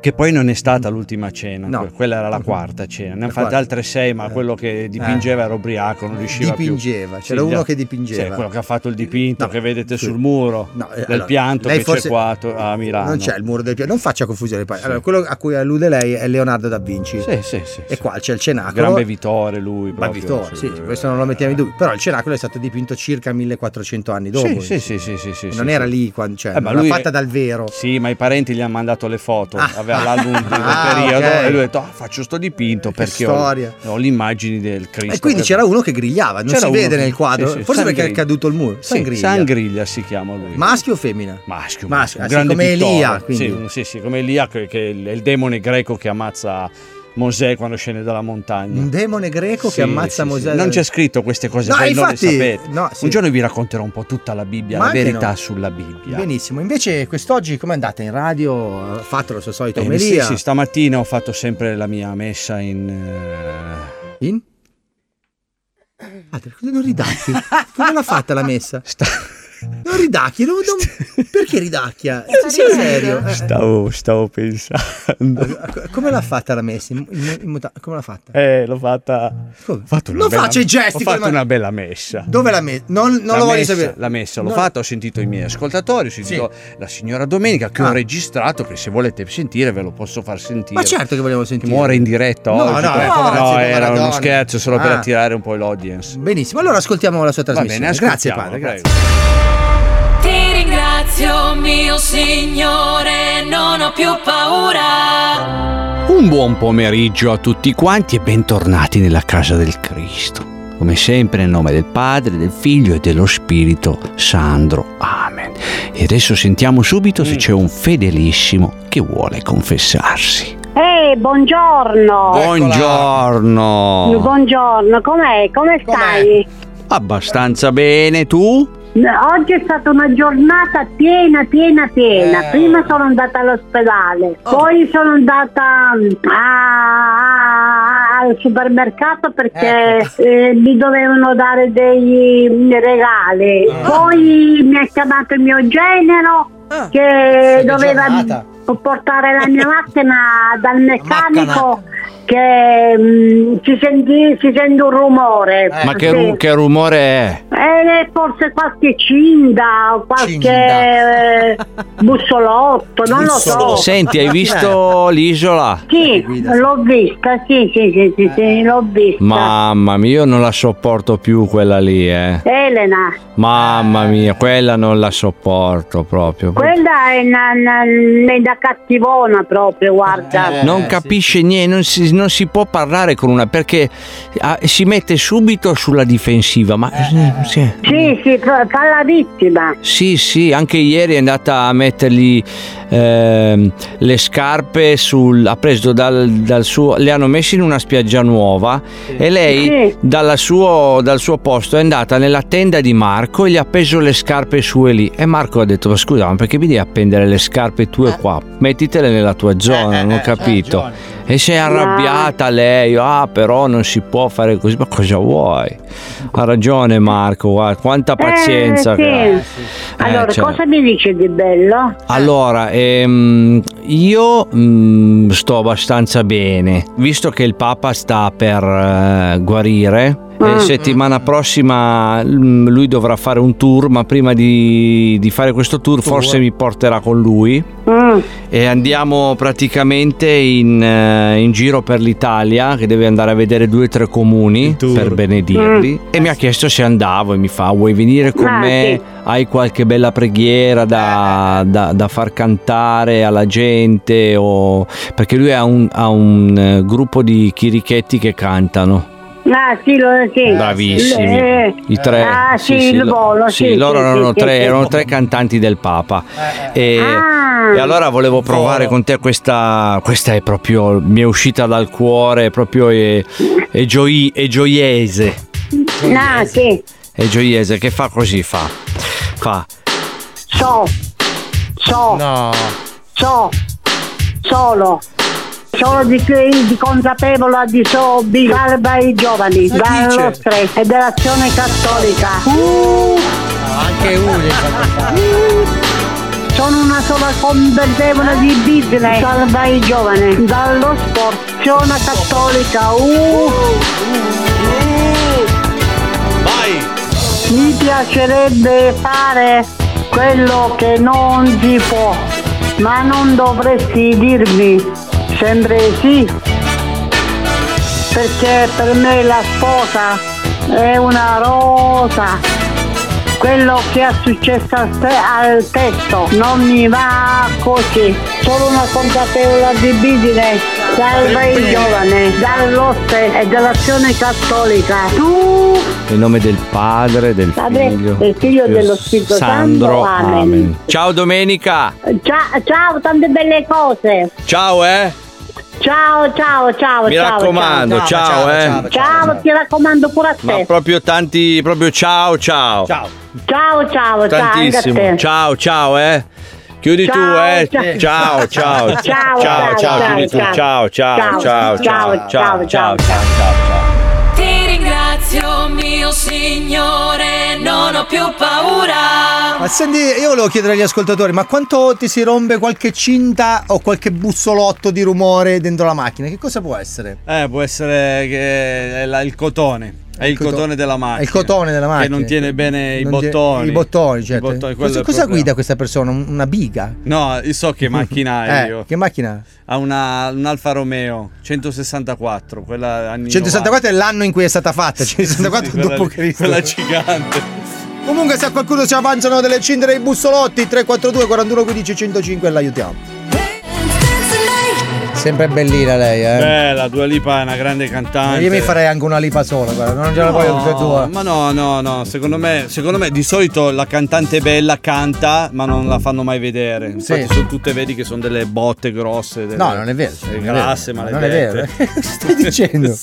S2: Che poi non è stata l'ultima cena,
S3: No. Mm.
S2: que- quella era la quarta cena. Ne hanno fatte
S3: quarta.
S2: altre sei, ma quello che dipingeva era ubriaco, non riusciva
S3: eh. Dipingeva,
S2: più.
S3: c'era
S2: Sì,
S3: uno
S2: gli-
S3: che dipingeva.
S2: Sì, quello che ha fatto il dipinto che vedete sul muro del
S3: eh, allora,
S2: pianto
S3: lei
S2: che
S3: forse-
S2: c'è qua a To- a Milano.
S3: Non c'è il muro del piano, non faccia confusione. poi. Allora, quello a cui allude lei è Leonardo da Vinci.
S2: Sì, sì, sì.
S3: E qua c'è il cenacolo.
S2: Gran bevitore lui proprio.
S3: Bavitore, sì, questo non lo mettiamo in dubbio. Però il cenacolo è stato dipinto circa 1400 anni dopo.
S2: Sì, sì, sì, sì, sì, sì,
S3: non
S2: sì,
S3: era
S2: sì.
S3: lì quando cioè,
S2: Eh, ma
S3: non l'ha
S2: lui-
S3: fatta dal vero.
S2: Sì, ma i parenti gli hanno mandato le foto, aveva l'album del
S3: Ah,
S2: periodo
S3: ok.
S2: e lui ha detto "Ah, faccio sto dipinto perché ho,
S3: storia.
S2: ho le immagini del Cristo.
S3: E quindi
S2: che-
S3: c'era uno che grigliava, non
S2: C'era
S3: si
S2: uno
S3: vede
S2: che-
S3: nel quadro.
S2: sì, sì,
S3: Forse perché è
S2: Sangriglia.
S3: caduto il muro.
S2: Sì,
S3: Sangriglia.
S2: Sangriglia si chiama lui.
S3: Maschio o femmina?
S2: Maschio,
S3: Maschio, ah,
S2: un
S3: sì,
S2: grande
S3: come
S2: pittore.
S3: Elia.
S2: Sì,
S3: quindi.
S2: un- sì, sì, come Elia che, che è il demone greco che ammazza Mosè quando scende dalla montagna.
S3: Un demone greco
S2: Sì,
S3: che ammazza
S2: sì, sì.
S3: Mosè.
S2: Non c'è scritto queste cose,
S3: No,
S2: voi non le
S3: infatti,
S2: sapete.
S3: no, sì.
S2: Un giorno vi racconterò un po' tutta la Bibbia,
S3: Ma
S2: la
S3: anche
S2: verità
S3: no.
S2: sulla Bibbia.
S3: Benissimo, invece quest'oggi come andate in radio? Ha Fatto lo
S12: Eh,
S3: solito
S2: Bene, sì,
S3: omelia.
S2: sì, stamattina ho fatto sempre la mia messa in... eh,
S3: In? Ah, te- non ridarti. Come l'ha fatta la messa? Non ridacchia? Dove- dove- perché ridacchia? Sul serio? Eh,
S12: Stavo, stavo pensando.
S3: Come l'ha fatta la Messi? In- in- in muta- Come l'ha fatta?
S12: Eh, l'ho fatta.
S3: Come?
S12: Fatto una
S3: non
S12: bella-
S3: faccio i gesti.
S12: Ho fatto
S3: come-
S12: una bella messa.
S3: Dove la Messi? Non, non
S12: La
S3: lo voglio
S12: messa,
S3: sapere.
S12: La messa l'ho
S3: No.
S12: fatta, ho sentito i miei ascoltatori, ho sentito la signora Domenica che ho registrato, che se volete sentire ve lo posso far sentire.
S3: Ah. Ma certo che vogliamo sentire.
S12: muore in diretta
S3: No,
S12: oggi.
S3: no,
S12: però-
S3: eh, povera
S12: no,
S3: zia,
S12: era
S3: povera
S12: uno
S3: donna.
S12: scherzo solo per
S3: Ah.
S12: attirare un po' l'audience.
S3: Benissimo, allora ascoltiamo la sua trasmissione. grazie
S12: ascoltiamolo,
S3: padre, grazie.
S12: Ti ringrazio mio Signore, non ho più paura. Un buon pomeriggio a tutti quanti e bentornati nella casa del Cristo. Come sempre nel nome del Padre, del Figlio e dello Spirito Sandro. Amen. E adesso sentiamo subito
S14: Mm.
S12: se c'è un fedelissimo che vuole confessarsi.
S14: Ehi, Eh, buongiorno!
S12: Buongiorno.
S14: Buongiorno, com'è? Come stai?
S12: Abbastanza bene tu?
S14: Oggi è stata una giornata piena, piena, piena.
S12: Eh. Oh.
S14: Prima sono andata all'ospedale, poi sono andata mm, a- a- al supermercato perché
S12: Ecco.
S14: eh, mi dovevano dare dei mm, regali.
S12: Ah.
S14: Poi mi ha chiamato il mio genero che doveva
S24: giornata.
S14: portare la mia macchina dal meccanico. Che mm, si senti- si sente un rumore.
S12: Eh. Ma che,
S14: Sì.
S12: ru- che rumore è?
S14: Eh, forse qualche cinda o qualche eh, bussolotto, non lo so.
S12: Senti, hai visto l'isola?
S14: Sì, l'ho vista, sì, sì, sì, sì, sì, l'ho vista.
S12: Mamma mia, io non la sopporto più quella lì, eh.
S14: Elena,
S12: Mamma mia, quella non la sopporto proprio.
S14: quella è una, una- è da cattivona proprio, guarda.
S12: non capisce niente, non si, non si può parlare con una perché ah, si mette subito sulla difensiva. Ma eh, sì,
S14: Sì, sì, fa fa la vittima.
S12: sì, sì, anche ieri è andata a mettergli ehm, le scarpe sul. ha preso dal, dal suo. le hanno messi in una spiaggia nuova e lei dalla suo- dal suo posto è andata nella tenda di Marco e gli ha appeso le scarpe sue lì. E Marco ha detto: Ma scusa, ma perché mi devi appendere le scarpe
S14: Eh.
S12: tue qua? Mettitele nella tua zona, non ho capito. E si è arrabbiata lei, ah, però non si può fare così, ma cosa vuoi? Ha ragione Marco, guarda, quanta pazienza.
S14: Eh, sì.
S12: che- Eh,
S14: Allora,
S12: cioè-
S14: cosa mi dici di bello?
S12: allora, ehm, io mm, sto abbastanza bene, visto che il Papa sta per eh, guarire.
S14: Mm.
S12: E settimana prossima mm, lui dovrà fare un tour, ma prima di, di fare questo tour forse mi porterà con lui. E andiamo praticamente in, eh, in giro per l'Italia, che deve andare a vedere due o tre comuni per benedirli. E mi ha chiesto se andavo e mi fa: Vuoi venire con
S14: Ah,
S12: me?
S14: sì.
S12: Hai qualche bella preghiera da, da- da far cantare alla gente? o- Perché lui ha un, ha un, eh, gruppo di chirichetti che cantano.
S14: Ah, sì, lo, sì.
S12: Bravissimi,
S14: Eh,
S12: i tre.
S14: Ah, sì, il
S12: lo-
S14: volo,
S12: sì,
S14: sì.
S12: loro
S14: sì,
S12: erano,
S14: sì,
S12: tre,
S14: sì,
S12: erano
S14: sì.
S12: tre cantanti del Papa. E,
S14: Ah.
S12: e allora volevo provare con te questa, questa è proprio, mi è uscita dal cuore, è proprio è, è gioi- è gioiese.
S14: Ah, sì.
S12: È gioiese che fa così, fa. Fa.
S14: So, so, so, solo. Solo di, di consapevole di sobbi, salva i giovani,
S24: Ma
S14: dallo
S24: dice?
S14: stress e dell'azione cattolica.
S3: Anche
S14: Sono una sola convertevole di business, salva i giovani, dallo sport, azione cattolica. Uh. Mi piacerebbe fare quello che non si può, ma non dovresti dirmi sempre sì, perché per me la sposa è una rosa. Quello che è successo a te- al testo non mi va così, solo una consapevole di business, salva il giovane, dall'oste e dall'azione cattolica. Tu
S12: Nel nome del Padre, del
S14: Padre,
S12: Figlio,
S14: del Figlio e dello Spirito Santo. Amen.
S12: Amen. Ciao Domenica.
S14: Ciao, ciao, tante belle cose.
S12: Ciao eh.
S14: Ciao, ciao, ciao.
S12: Mi
S14: ciao,
S12: raccomando, ciao, eh.
S14: Ciao, ti raccomando pure a
S12: Ma
S14: te.
S12: proprio tanti, proprio ciao ciao.
S14: Ciao, ciao, ciao, anche a
S12: Tantissimo.
S14: te.
S12: Ciao ciao eh. Chiudi
S14: Ciao,
S12: tu eh.
S14: ciao.
S12: Ciao ciao.
S14: Ciao, ciao, ciao,
S12: chiudi tu.
S14: ciao.
S12: Ciao ciao ciao ciao ciao ciao ciao.
S14: ciao.
S12: ciao. ciao. ciao. ciao. ciao. ciao. Ti ringrazio mio
S11: mio signore, non ho più paura.
S3: Ma senti, io volevo chiedere agli ascoltatori, ma quanto ti si rompe qualche cinta o qualche bussolotto di rumore dentro la macchina? Che cosa può essere?
S2: Eh, può essere che è la- il cotone. È il
S3: coto-
S2: cotone, della macchina.
S3: È il cotone della macchina.
S2: Che non tiene bene i
S3: Non tiene-
S2: bottoni.
S3: I bottoni, certo.
S2: I bottoni, quello
S3: cosa
S2: è il
S3: cosa
S2: problema.
S3: guida questa persona? Un- Una biga?
S2: No, io so che macchina è
S3: Eh,
S2: io.
S3: Che macchina?
S2: Ha una, un Alfa Romeo 164, quella anni
S3: 164 è l'anno in cui è stata fatta. 164
S2: quella
S3: dopo
S2: lì,
S3: Cristo.
S2: Quella gigante.
S3: Comunque, se a qualcuno si avanzano delle cindere i bussolotti, 342 41 15 105 e l'aiutiamo. Sempre bellina lei, eh.
S2: Bella, Dua Lipa è una grande cantante.
S3: Io mi farei anche una lipa sola, guarda, non ce la voglio tutte e due.
S2: Ma no, no, no, secondo me, secondo me di solito la cantante bella canta, ma non la fanno mai vedere. Infatti sono tutte, vedi che sono delle botte grosse. delle-
S3: Mm, No, non è vero,
S2: delle
S3: non è
S2: grasse,
S3: vero, eh. non è
S2: maledette.
S3: Che stai dicendo?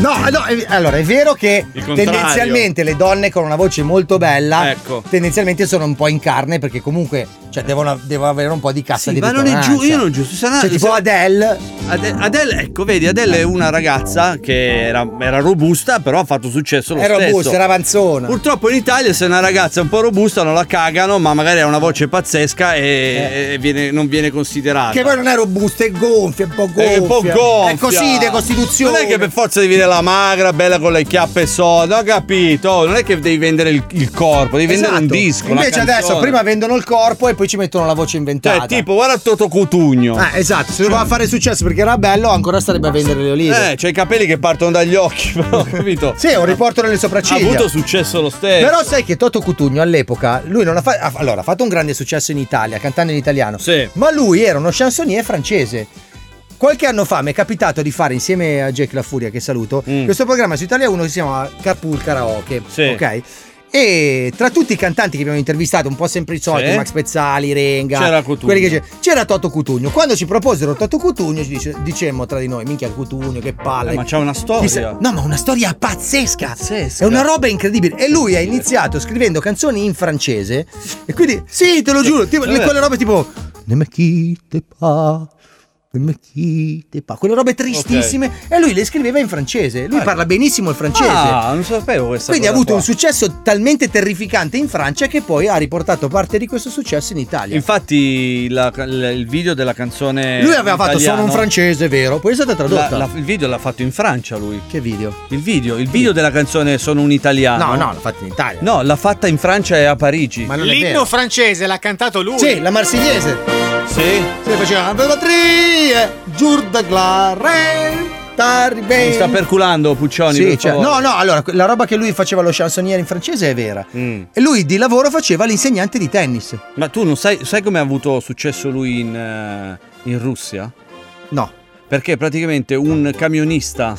S3: No, eh, no, è- allora è vero che
S2: Il contrario.
S3: tendenzialmente le donne con una voce molto bella
S2: Ecco.
S3: tendenzialmente sono un po' in carne perché comunque cioè, devono, devono avere un po' di cassa
S2: Sì,
S3: di
S2: ma non è
S3: risonanza.
S2: giu- io non giusto, sarà-
S3: Cioè, tipo
S2: sarà-
S3: Adele. Eh.
S2: Ade- Adele, ecco, vedi, Adele è una ragazza che era, era robusta, però ha fatto successo lo
S3: Era
S2: stesso.
S3: robusta, era avanzona.
S2: Purtroppo in Italia se una ragazza è un po' robusta non la cagano, ma magari ha una voce pazzesca e, e viene- non viene considerata.
S3: Eh. Che poi non è robusta, è gonfia, è un po' gonfia.
S2: Eh, È un po' gonfia.
S3: È così, di costituzione.
S2: Non è che per forza devi vedere la magra, bella con le chiappe sode, ho capito. Oh, Non è che devi vendere il, il corpo, devi vendere un
S3: Esatto.
S2: disco. una
S3: Invece adesso
S2: canzone.
S3: prima vendono il corpo e poi ci mettono la voce inventata.
S2: Cioè, tipo, guarda Toto Cutugno.
S3: Ah, esatto, se doveva fare successo perché era bello, ancora starebbe a vendere le olive. Mm.
S2: Eh, c'ha i capelli che partono dagli occhi, ma ho capito.
S3: Sì, un riporto nelle
S2: Ha
S3: sopracciglia. Ah,
S2: avuto successo lo stesso.
S3: Però sai che Toto Cutugno all'epoca, lui non ha fa- ha- allora, ha fatto un grande successo in Italia, cantando in italiano.
S2: Sì.
S3: Ma lui era uno chansonnier francese. Qualche anno fa mi è capitato di fare insieme a Jake La Furia, che saluto,
S2: Mm.
S3: questo programma su Italia 1 che si chiama Carpool Karaoke. Ok? E tra tutti i cantanti che abbiamo intervistato, un po' sempre i soliti,
S2: Sì.
S3: Max Pezzali, Renga,
S2: C'era Cutugno.
S3: quelli che c'era, c'era Toto Cutugno. Quando ci proposero Toto Cutugno, ci dice- dicemmo tra di noi: minchia Cutugno, che palle.
S2: Eh, ma c'è una storia.
S3: Chissà- No, ma una storia pazzesca. È una roba incredibile. E lui ha iniziato scrivendo canzoni in francese. E quindi, sì, te lo giuro, tipo,
S25: Vabbè.
S3: quelle robe tipo. Ne me quitte pas, ne me quitte pas. Quelle robe tristissime. E lui le scriveva in francese. Lui parla benissimo il francese.
S2: Ah, non sapevo questa
S3: Quindi ha
S2: cosa
S3: avuto
S2: qua.
S3: un successo talmente terrificante in Francia che poi ha riportato parte di questo successo in Italia.
S2: Infatti la- l- il video della canzone
S3: Lui aveva fatto
S2: italiano-
S3: solo un francese, vero? Poi è stata tradotta.
S2: La- la- il video l'ha fatto in Francia lui.
S3: Che video?
S2: Il video, il video della canzone Sono un italiano.
S3: No, no, l'ha fatta in Italia.
S2: No, l'ha fatta in Francia e a Parigi. Ma
S18: L'inno francese l'ha cantato lui.
S3: Sì, la marsigliese.
S2: Sì.
S3: Si faceva Beatrice, Giur de Glare.
S2: Mi sta perculando Puccioni.
S3: Sì,
S2: per
S3: cioè,
S2: favore.
S3: no, no, allora la roba che lui faceva lo chansonniere in francese è vera.
S2: Mm.
S3: E lui di lavoro faceva l'insegnante di tennis.
S2: Ma tu non sai, sai come ha avuto successo lui in, eh, in Russia?
S3: No.
S2: Perché praticamente un camionista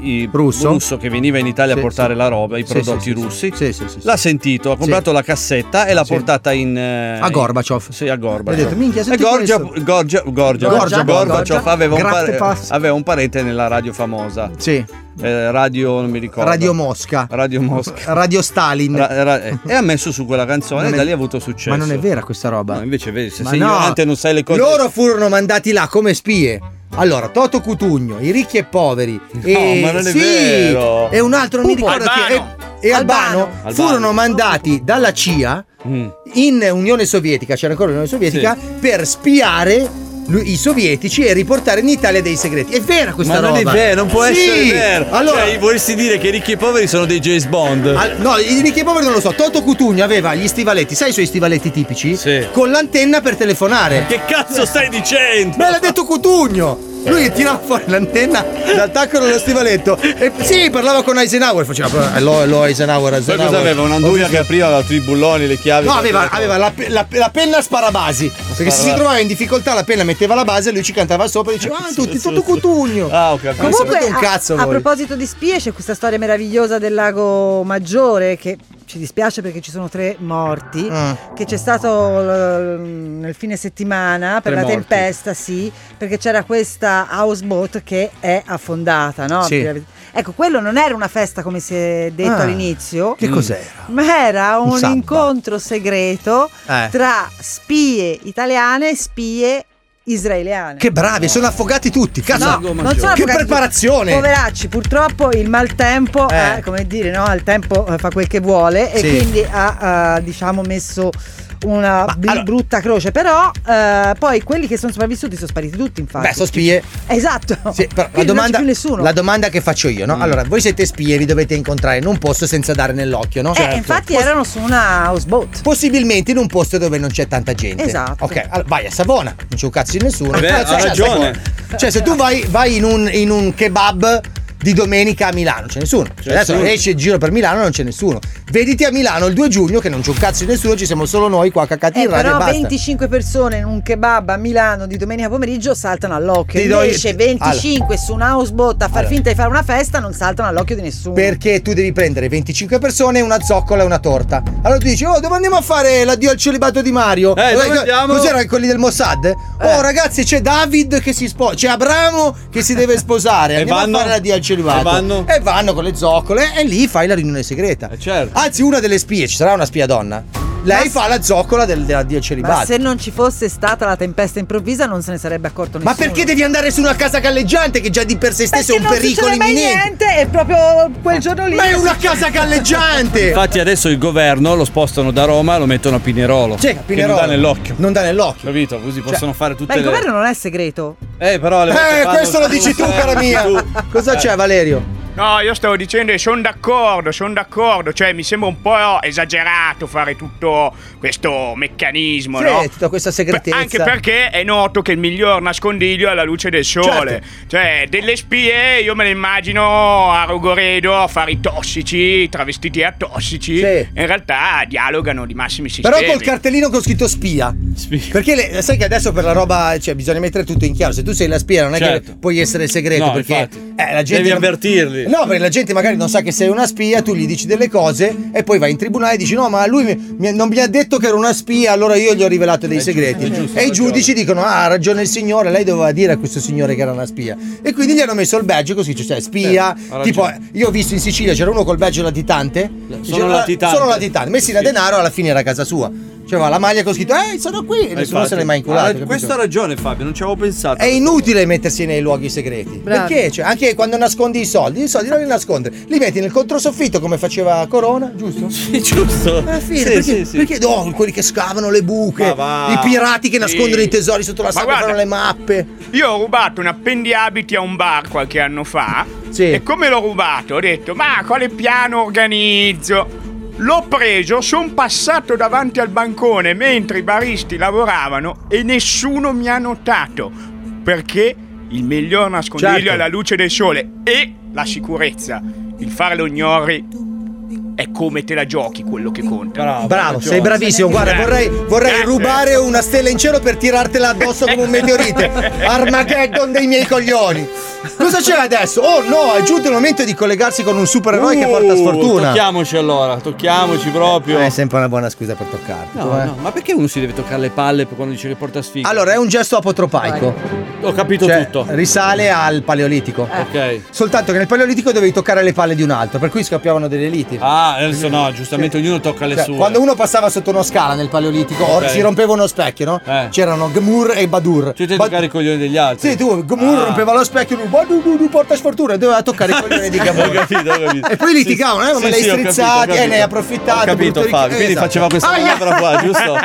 S2: i-
S3: Russo.
S2: russo. che veniva in Italia
S3: Sì,
S2: a portare
S3: sì.
S2: la roba, i
S3: Sì,
S2: prodotti
S3: sì, sì,
S2: russi,
S3: Sì, sì, sì.
S2: l'ha sentito, ha comprato la cassetta e l'ha portata in, eh,
S3: A Gorbaciov.
S2: Sì, a Gorbaciov.
S3: Ha detto, "Minchia,
S2: e
S3: senti
S2: Gorgia,
S3: questo."
S2: Gorgia, Gorgia,
S3: Gorgia,
S2: Gorbaciov
S3: Gorgia.
S2: aveva un,
S3: Grazie,
S2: pare-
S3: pass.
S2: aveva un parente nella radio famosa.
S3: Sì.
S2: Eh, radio, non mi ricordo.
S3: Radio Mosca.
S2: Radio Mosca.
S3: Radio Stalin.
S2: Ra- ra- eh, e ha messo su quella canzone
S3: Non
S2: e
S3: è-
S2: da lì ha avuto successo.
S3: Ma non è vera questa roba.
S2: No, invece vedi, se
S3: Ma
S2: sei
S3: no.
S2: ignorante non sai Cioè, le cose.
S3: Loro furono mandati là come spie. Allora, Toto Cutugno, i ricchi e poveri. e...
S2: ma non è
S3: sì,
S2: vero.
S3: E un altro, non mi ricordo chi. E, e Albano,
S2: Albano.
S3: furono mandati dalla CIA
S11: Mm.
S3: in Unione Sovietica, c'era ancora l'Unione Sovietica, per spiare lu- i sovietici e riportare in Italia dei segreti. È vera questa
S2: Ma
S3: roba.
S2: non è vero, non può
S3: Sì.
S2: essere vero.
S3: Allora,
S2: Cioè, vorresti dire che i ricchi e poveri sono dei James Bond.
S3: Al- no, i ricchi e poveri non lo so. Toto Cutugno aveva gli stivaletti, sai i suoi stivaletti tipici? Con l'antenna per telefonare.
S2: Che cazzo stai dicendo?
S3: Me l'ha detto Cutugno! Lui tirava fuori l'antenna dal tacco dello stivaletto e sì, parlava con Eisenhower, faceva
S21: Eh,
S3: proprio, "Hello, hello Eisenhower,
S2: Poi
S3: Eisenhower.
S2: cosa aveva? Un'anduia che apriva la i bulloni, le chiavi.
S3: No, aveva, aveva la, pe- la pe- la penna a sparabasi. Perché se si
S2: Sparabasi.
S3: trovava in difficoltà la penna metteva la base e lui ci cantava sopra e diceva Ah, tutti, tutto cutugno.
S2: Ah, ok.
S3: Non sapete un
S7: a-
S3: cazzo
S7: a,
S3: voi.
S7: proposito di spie, c'è questa storia meravigliosa del lago Maggiore che ci dispiace perché ci sono tre morti.
S6: Mm.
S7: Che c'è stato l- nel fine settimana per
S6: Tre
S7: la
S6: morti.
S7: tempesta, sì, perché c'era questa houseboat che è affondata, no?
S6: Sì.
S7: Ecco, quello non era una festa come si è detto
S6: Ah,
S7: all'inizio.
S2: Mm.
S7: Mm.
S6: che cos'era?
S7: Ma era
S6: Un
S7: un,
S6: samba.
S7: incontro segreto
S6: Eh.
S7: tra spie italiane e spie israeliane.
S3: Che bravi, sono affogati tutti. Cazzo,
S7: No, non sono
S3: che
S7: avvocati.
S3: preparazione.
S7: Poveracci, purtroppo il maltempo,
S3: Eh.
S7: eh, come dire, no? Al tempo eh, fa quel che vuole e
S3: Sì.
S7: quindi ha, eh, diciamo, messo una bl- brutta croce. Però eh, poi quelli che sono sopravvissuti sono spariti tutti, infatti.
S3: Beh, sono spie.
S7: Esatto.
S3: Sì, però la
S7: Quindi non c'è
S3: domanda,
S7: più nessuno.
S3: la domanda che faccio io,
S2: Mm.
S3: no? Allora, voi siete spie, vi dovete incontrare in un posto senza dare nell'occhio, no?
S7: Eh,
S2: Certo,
S7: infatti erano su una houseboat.
S3: Possibilmente in un posto dove non c'è tanta gente.
S7: Esatto.
S3: Ok, allora vai a Savona, non c'è un cazzo di nessuno.
S21: Beh,
S3: Cazzo,
S21: ha
S3: c'è
S21: ragione.
S3: Savona. Cioè, se tu vai, vai in, un, in un kebab di domenica a Milano, c'è nessuno. Cioè,
S21: C'è
S3: adesso
S21: nessuno.
S3: esci in giro per Milano, non c'è nessuno. Vediti a Milano il 2 giugno che non c'è un cazzo di nessuno, ci siamo solo noi qua cacati
S7: Eh,
S3: in radio e
S7: però
S3: basta.
S7: 25 persone in un kebab a Milano di domenica pomeriggio saltano all'occhio.
S3: Ti do-
S7: Invece 25 su un houseboat a far
S3: Allora.
S7: finta di fare una festa non saltano all'occhio di nessuno.
S3: Perché tu devi prendere 25 persone, una zoccola e una torta. Allora tu dici, oh, dove andiamo a fare l'addio al celibato di Mario?
S21: Eh, dove
S3: Allora,
S21: andiamo? Eh.
S3: Cos'erano quelli del Mossad? Oh, ragazzi, c'è David che si sposa, c'è Abramo che si deve sposare.
S21: E
S3: andiamo
S21: vanno?
S3: a fare l'addio al celibato.
S21: E vanno? Eh,
S3: E vanno con le zoccole e lì fai la riunione segreta.
S21: certo.
S3: Anzi, una delle spie, ci sarà una spia donna. Lei fa la zoccola del, dell'addio al
S7: Ma
S3: celibato.
S7: se non ci fosse stata la tempesta improvvisa non se ne sarebbe accorto nessuno.
S3: Ma perché devi andare su una casa galleggiante che già di per sé stessa è un
S7: non
S3: pericolo
S7: succede mai
S3: imminente? Eh,
S7: niente e proprio quel giorno lì.
S3: Ma è una casa galleggiante!
S21: Infatti adesso il governo lo spostano da Roma e lo mettono a Pinerolo.
S3: Sì, a
S21: Che non
S3: Pinerolo.
S21: dà nell'occhio.
S3: Non dà nell'occhio. Cioè,
S21: Capito? Così possono fare
S7: Ma
S21: tutte
S7: il
S21: le...
S7: governo non è segreto.
S21: Eh, però le volte
S3: Eh,
S21: fanno-
S3: questo lo dici tu, cara mia.
S21: Eh.
S3: Cosa c'è, Valerio?
S8: No, io stavo dicendo che sono d'accordo, sono d'accordo, cioè mi sembra un po' esagerato fare tutto questo meccanismo,
S3: Sì,
S8: no?
S3: tutta questa segretezza.
S8: Anche perché è noto che il miglior nascondiglio è la luce del sole.
S3: Certo.
S8: Cioè, delle spie io me le immagino a Rogoredo a fare i tossici, travestiti a tossici. In realtà dialogano di massimi sistemi.
S3: Però col cartellino che ho scritto spia. Perché le- sai che adesso per la roba, cioè, bisogna mettere tutto in chiaro. Se tu sei la spia, non è
S21: Certo.
S3: che puoi essere segreto.
S21: No,
S3: perché
S21: infatti.
S3: eh, la gente
S21: Devi
S3: non-
S21: avvertirli.
S3: No, perché la gente magari non sa che sei una spia, tu gli dici delle cose e poi vai in tribunale e dici: No, ma lui mi- mi- non mi ha detto che era una spia, allora io gli ho rivelato
S21: Eh,
S3: dei segreti. e i giudici dicono: Ah, ha ragione il signore, lei doveva dire a questo signore che era una spia. E quindi gli hanno messo il badge così, cioè spia.
S21: Certo, ha
S3: tipo, eh,
S21: ragione. Eh,
S3: io ho visto in Sicilia c'era uno col badge latitante. diceva,
S21: latitante."
S3: Sono latitante. Messina denaro alla fine era a casa sua. Cioè, va, la maglia che ho scritto, eh, sono qui. E
S21: Eh,
S3: nessuno
S21: infatti.
S3: se l'è mai
S21: Ah,
S3: inculato. capito?
S21: Questo ha ragione Fabio, non ci avevo pensato.
S3: È inutile mettersi nei luoghi segreti.
S21: Bravi.
S3: Perché? Cioè, anche quando nascondi i soldi, i soldi non li nascondere. Li metti nel controsoffitto come faceva Corona, giusto? Sì,
S21: giusto.
S3: Alla fine,
S21: Sì,
S3: perché,
S21: sì, sì.
S3: perché no, quelli che scavano le buche,
S21: Ma va.
S3: i pirati che
S8: Sì.
S3: nascondono i tesori sotto la
S8: Ma
S3: sabbia
S8: guarda.
S3: fanno le mappe.
S8: Io ho rubato un appendiabiti a un bar qualche anno fa. E come l'ho rubato? Ho detto, ma quale piano organizzo? L'ho preso, sono passato davanti al bancone mentre i baristi lavoravano e nessuno mi ha notato. Perché il miglior nascondiglio
S21: Certo.
S8: è la luce del sole e la sicurezza. Il fare lo ignori è come te la giochi quello che conta.
S3: Bravo,
S21: Cioè,
S3: sei bravissimo. Guarda, vorrei, vorrei
S8: Grazie.
S3: rubare una stella in cielo per tirartela addosso come un meteorite. Armageddon dei miei coglioni. Cosa c'è adesso? Oh no, è giunto il momento di collegarsi con un supereroe che porta
S21: Uh,
S3: sfortuna. Eh,
S21: Tocchiamoci allora, tocchiamoci proprio.
S3: È sempre una buona scusa per toccarti.
S21: No,
S3: eh.
S21: no, ma perché uno si deve toccare le palle per quando dice che porta sfiga?
S3: Allora, è un gesto apotropaico.
S21: Ho capito
S3: Cioè,
S21: tutto.
S3: Risale al paleolitico.
S21: Ok.
S3: Soltanto che nel paleolitico dovevi toccare le palle di un altro, per cui scoppiavano delle liti.
S21: Ah, adesso no, giustamente ognuno tocca le
S3: Cioè,
S21: sue.
S3: quando uno passava sotto uno scala nel paleolitico,
S21: Ok.
S3: or- si rompeva uno specchio, no? C'erano Gmur e Badur.
S21: Eh. Tu devi toccare i coglioni degli altri.
S3: Sì, tu, Gmur
S21: Ah.
S3: rompeva lo specchio, lui, "Badu, du, du, porta sfortuna, doveva toccare i coglioni di
S21: Ho
S3: Gmur.
S21: capito, ho capito.
S3: E poi litigavano, eh, ma
S21: Sì,
S3: me l'hai
S21: sì, ho capito, ho
S3: strizzati, eh,
S21: capito.
S3: ne hai approfittato.
S21: Ho capito,
S3: brutto
S21: Fabio, quindi
S3: esatto.
S21: faceva questa
S3: Aia!
S21: manovra qua, giusto?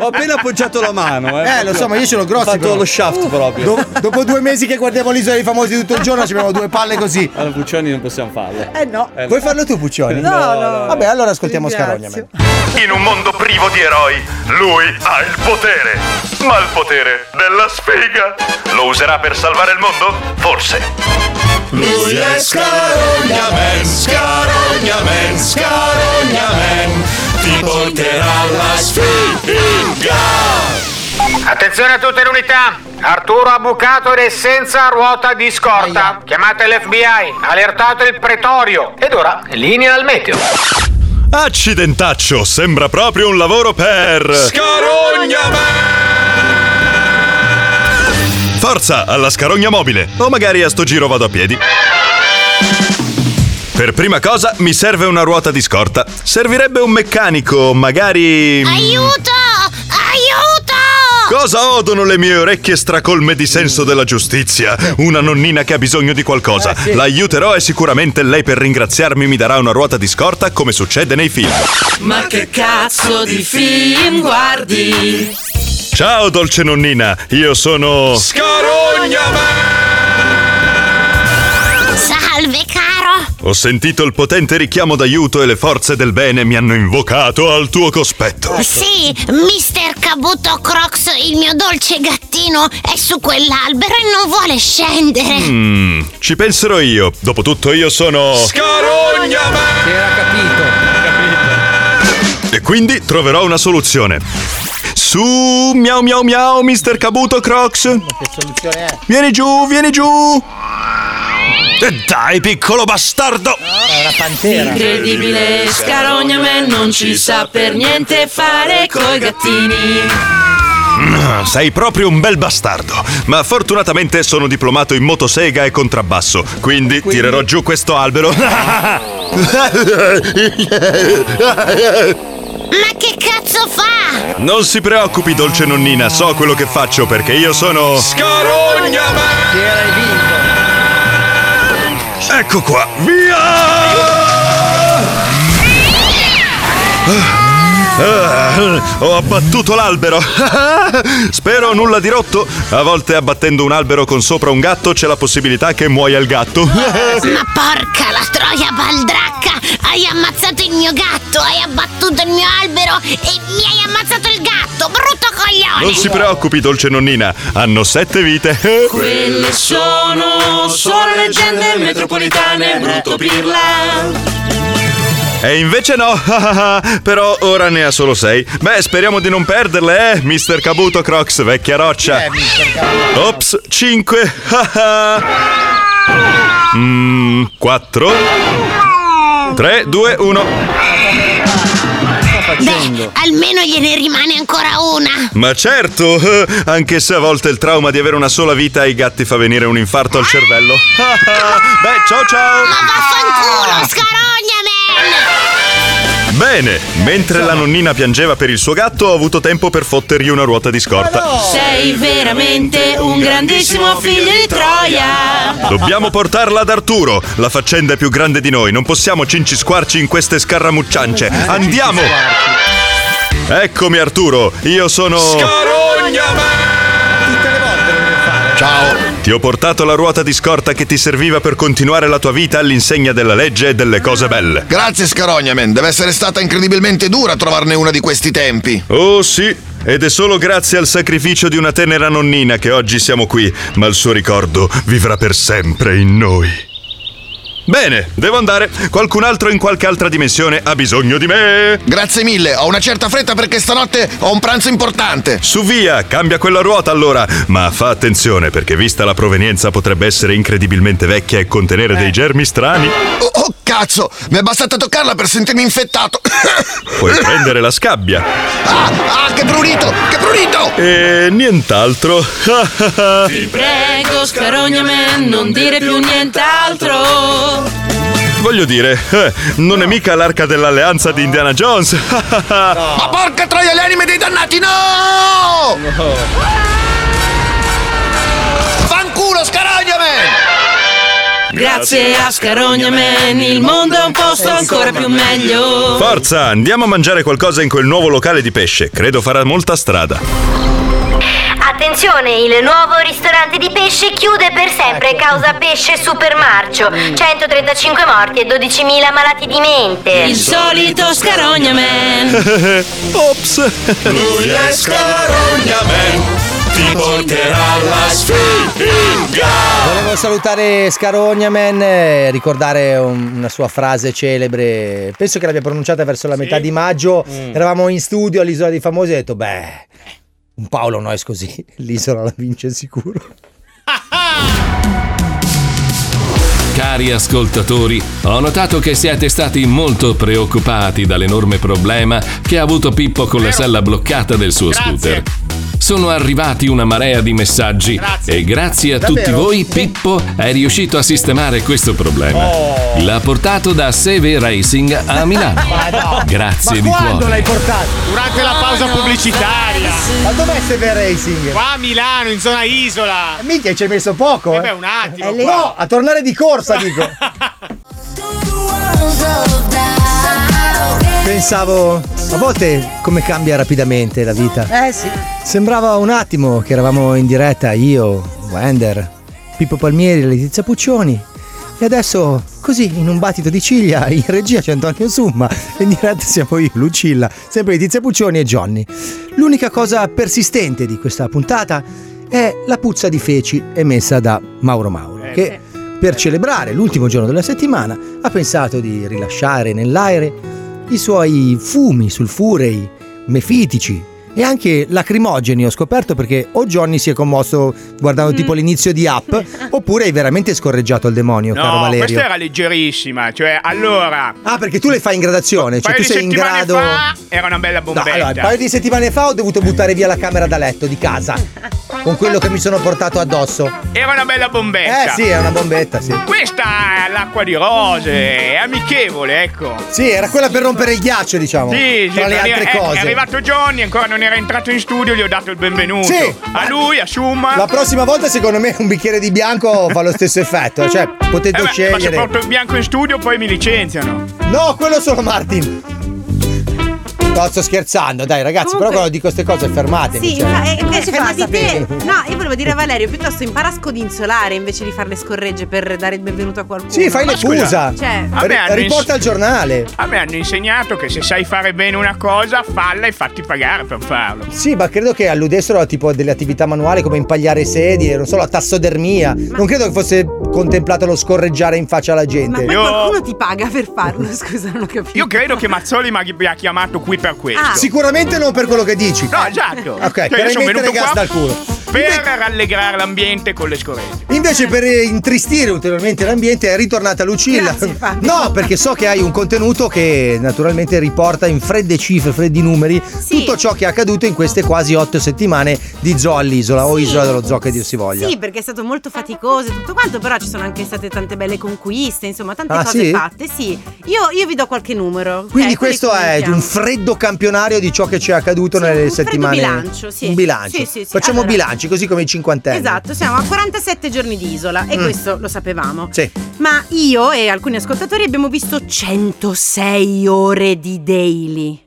S21: Ho appena appoggiato la mano, eh.
S3: Eh, lo so, ma io ce l'ho grosso.
S21: Ho fatto lo
S3: Uh.
S21: shaft proprio.
S3: Do- dopo due mesi che guardiamo l'isola dei famosi tutto il giorno, ci abbiamo due palle così.
S21: Allora, Puccioni non possiamo farlo.
S7: Eh no.
S3: Vuoi farlo tu, Puccioni?
S21: No, no, no.
S3: Vabbè, allora ascoltiamo Scarogna.
S4: In un mondo privo di eroi, lui ha il potere, ma il potere della sfiga. Lo userà per salvare il mondo? Forse.
S22: Lui è Scarognamen, Scarognamen, Scarognamen Ti porterà alla sfiga
S17: Attenzione a tutte le unità! Arturo ha bucato ed è senza ruota di scorta. Chiamate l'FBI, allertate il pretorio. Ed ora, linea al meteo.
S4: Accidentaccio, sembra proprio un lavoro per.
S22: Scarognamen
S4: Forza alla scarogna mobile, o magari a sto giro vado a piedi. Per prima cosa mi serve una ruota di scorta. mm, Servirebbe un meccanico, magari.
S26: Aiuto! Aiuto!
S4: Cosa odono le mie orecchie stracolme di senso della giustizia? Una nonnina che ha bisogno di qualcosa.
S15: Eh, sì.
S4: La aiuterò e sicuramente lei per ringraziarmi mi darà una ruota di scorta come succede nei film.
S9: Ma che cazzo di film guardi?
S4: Ciao dolce nonnina, io sono...
S19: Salve caro!
S4: Ho sentito il potente richiamo d'aiuto e le forze del bene mi hanno invocato al tuo cospetto.
S19: Eh, Sì, Mr. Cabuto Crocs, il mio dolce gattino, è su quell'albero e non vuole scendere.
S4: Mm, ci penserò io. Dopotutto io sono...
S15: Scarogname! Era capito.
S4: E quindi troverò una soluzione. Su, miau miau miau, Mr. Cabuto Crocs.
S3: Che soluzione è?
S4: Vieni giù, vieni giù. E Eh, dai, piccolo bastardo.
S3: Ah, È una pantera.
S9: Incredibile, Scarogname non ci sa per niente fare coi gattini.
S4: Mm, Sei proprio un bel bastardo. Ma fortunatamente sono diplomato in motosega e contrabbasso. Quindi, tirerò giù questo albero.
S19: Ma che cazzo fa?
S4: non si preoccupi, dolce nonnina. So quello che faccio perché io sono. Ecco qua. Via! Ah, ho abbattuto l'albero. Spero nulla di rotto. A volte abbattendo un albero con sopra un gatto c'è la possibilità che muoia il gatto.
S19: Ma porca la troia baldracca! Hai ammazzato il mio gatto, hai abbattuto il mio albero e mi hai ammazzato il gatto, brutto coglione!
S4: Non si preoccupi, dolce nonnina. Hanno sette vite.
S9: Quelle sono solo leggende metropolitane, brutto pirla.
S4: E invece no, però ora ne ha solo sei. Beh, speriamo di non perderle, eh, Mr. Cabuto Crocs, vecchia roccia. Ops, 5. Mm, 4. 3, 2, 1.
S19: Beh, almeno gliene rimane ancora una.
S4: Ma certo, eh, anche se a volte il trauma di avere una sola vita ai gatti fa venire un infarto al cervello. Beh, Eh, ciao ciao!
S19: Ma
S9: Ah.
S19: vaffanculo, scarogname!
S4: Bene, mentre la nonnina piangeva per il suo gatto, ho avuto tempo per fottergli una ruota di scorta.
S9: Sei veramente un grandissimo figlio di Troia.
S4: Dobbiamo portarla ad Arturo. La faccenda è più grande di noi. Non possiamo cincisquarci in queste scarramucciance. Andiamo! Eccomi Arturo, io sono... Ciao! Ti ho portato la ruota di scorta che ti serviva per continuare la tua vita all'insegna della legge e delle cose belle.
S15: Grazie Scarognamen, deve essere stata incredibilmente dura trovarne una di questi tempi.
S4: Oh sì, ed è solo grazie al sacrificio di una tenera nonnina che oggi siamo qui, ma il suo ricordo vivrà per sempre in noi. Bene, devo andare. Qualcun altro in qualche altra dimensione ha bisogno di me.
S15: Grazie mille, ho una certa fretta perché stanotte ho un pranzo importante.
S4: Su via, cambia quella ruota allora. Ma fa attenzione perché vista la provenienza potrebbe essere incredibilmente vecchia e contenere
S22: Eh.
S4: dei germi strani.
S15: Oh, oh, cazzo, mi è bastata toccarla per sentirmi infettato.
S4: Puoi prendere la scabbia.
S15: Ah, che prurito, che prurito!
S4: E nient'altro.
S9: Prego, Scarogname, non dire più nient'altro.
S4: Voglio dire, eh, non è mica l'arca dell'alleanza di Indiana Jones.
S15: Ma porca troia, le anime dei dannati, no! Fanculo, Scarogname!
S9: Grazie a Scarognamen il mondo è un posto ancora più meglio.
S4: Forza, andiamo a mangiare qualcosa in quel nuovo locale di pesce. Credo farà molta strada.
S26: Attenzione, il nuovo ristorante di pesce chiude per sempre causa pesce supermarcio. 135 morti e 12.000 malati di mente.
S9: Il solito Scarognamen.
S4: Ops.
S22: Lui è Scarognamen. Ti porterà alla sfiga.
S3: Volevo salutare Scarognaman e ricordare un- una sua frase celebre. Penso che l'abbia pronunciata verso la metà di maggio.
S21: Mm.
S3: Eravamo in studio all'Isola dei Famosi e ho detto: Beh, un Paolo Noyes così l'isola la vince sicuro.
S1: Cari ascoltatori, ho notato che siete stati molto preoccupati dall'enorme problema che ha avuto Pippo con la sella bloccata del suo scooter. sono arrivati una marea di messaggi e grazie a tutti
S2: Davvero?
S1: voi Pippo è riuscito a sistemare questo problema. L'ha portato da Seve Racing a Milano. Grazie di
S3: Ma quando
S1: cuore.
S3: l'hai portato?
S18: Durante la pausa pubblicitaria.
S3: Ma dov'è Sever Racing? Eh,
S18: Qua a Milano, in zona isola.
S3: Minchia, ci hai messo poco.
S18: Eh
S3: eh.
S18: beh, un attimo.
S3: Eh, No, a tornare di corsa, dico. Pensavo, a volte come cambia rapidamente la vita.
S7: Eh sì.
S3: Sembrava un attimo che eravamo in diretta io, Wender, Pippo Palmieri e Letizia Puccioni. E adesso, così, in un battito di ciglia, in regia c'è Antonio Summa, in diretta siamo io, Lucilla, sempre Letizia Puccioni e Johnny. L'unica cosa persistente di questa puntata è la puzza di feci emessa da Mauro Mauro, che per celebrare l'ultimo giorno della settimana ha pensato di rilasciare nell'aere i suoi fumi sulfurei, mefitici e anche lacrimogeni ho scoperto perché o Johnny si è commosso guardando tipo l'inizio di Up oppure hai veramente scorreggiato il demonio, caro
S8: No,
S3: Valerio.
S8: questa era leggerissima. Cioè, allora.
S3: Ah, perché tu le fai in gradazione, cioè
S8: un paio
S3: tu
S8: di
S3: sei in
S8: settimane
S3: grado...
S8: fa era una bella
S3: No,
S8: bombetta.
S3: allora, un paio di settimane fa ho dovuto buttare via la camera da letto di casa con quello che mi sono portato addosso.
S8: Era una bella bombetta.
S3: Eh sì, è una bombetta, sì.
S8: Questa è l'acqua di rose, è amichevole, ecco.
S3: Sì, era quella per rompere il ghiaccio, diciamo.
S8: Sì, sì, eh,
S3: tra le
S8: perché
S3: altre
S8: è,
S3: cose.
S8: È arrivato Johnny, ancora non era entrato in studio, gli ho dato il benvenuto.
S3: Sì.
S8: A lui, a Summa.
S3: La prossima volta, secondo me, un bicchiere di bianco fa lo stesso effetto. Cioè, potete
S8: Eh beh, Ma se
S3: scegliere.
S8: porto il bianco in studio poi mi licenziano.
S3: No, quello sono Martin. No, sto scherzando, dai, ragazzi, però quando dico queste cose fermatemi.
S13: Sì,
S3: cioè.
S13: ma eh, eh, fermati te.
S3: sapere?
S13: No, io volevo dire a Valerio, piuttosto impara a scodinzolare invece di fare le scorregge per dare il benvenuto a qualcuno.
S3: Sì, fai
S8: Ma
S3: le
S8: scusa,
S3: fusa.
S13: Cioè,
S8: a me hanno
S3: riporta
S8: ins-
S3: al giornale.
S8: A me hanno insegnato che se sai fare bene una cosa, falla e fatti pagare per farlo.
S3: Sì, ma credo che alludessero a tipo delle attività manuali come impagliare sedie, non so, la tassodermia. Non credo che fosse contemplato lo scorreggiare in faccia alla
S13: ma
S3: gente.
S13: poi qualcuno ti paga per farlo, scusa, non ho capito. Ah.
S8: Io credo che Mazzoli mi abbia chiamato qui per questo.
S3: Sicuramente non per quello che dici.
S8: Ah. No, esatto.
S3: Ok,
S8: Cioè,
S3: per
S8: io sono
S3: mettere
S8: venuto
S3: gas
S8: qua
S3: dal culo.
S8: Per rallegrare l'ambiente con le scorregge.
S3: Invece per intristire ulteriormente l'ambiente è ritornata Lucilla. no, perché so che hai un contenuto che naturalmente riporta in fredde cifre, freddi numeri, tutto ciò che è accaduto in queste quasi otto settimane di zoo all'isola o isola dello zoo che dir si voglia.
S13: Sì, perché è stato molto faticoso e tutto quanto, però ci sono anche state tante belle conquiste, insomma, tante
S3: Ah,
S13: cose
S3: sì?
S13: fatte, sì. Io, io vi do qualche numero. ok?
S3: Quindi
S13: Quelli
S3: questo
S13: che
S3: è
S13: mettiamo.
S3: un freddo campionario di ciò che ci è accaduto nelle settimane.
S13: bilancio, sì.
S3: Un bilancio.
S13: Sì, sì, sì.
S3: Facciamo
S13: Allora-
S3: bilanci, così come i cinquantenni.
S13: Esatto, siamo a 47 giorni di isola e
S3: Mm.
S13: questo lo sapevamo.
S3: Sì.
S13: Ma io e alcuni ascoltatori abbiamo visto 106 ore di daily.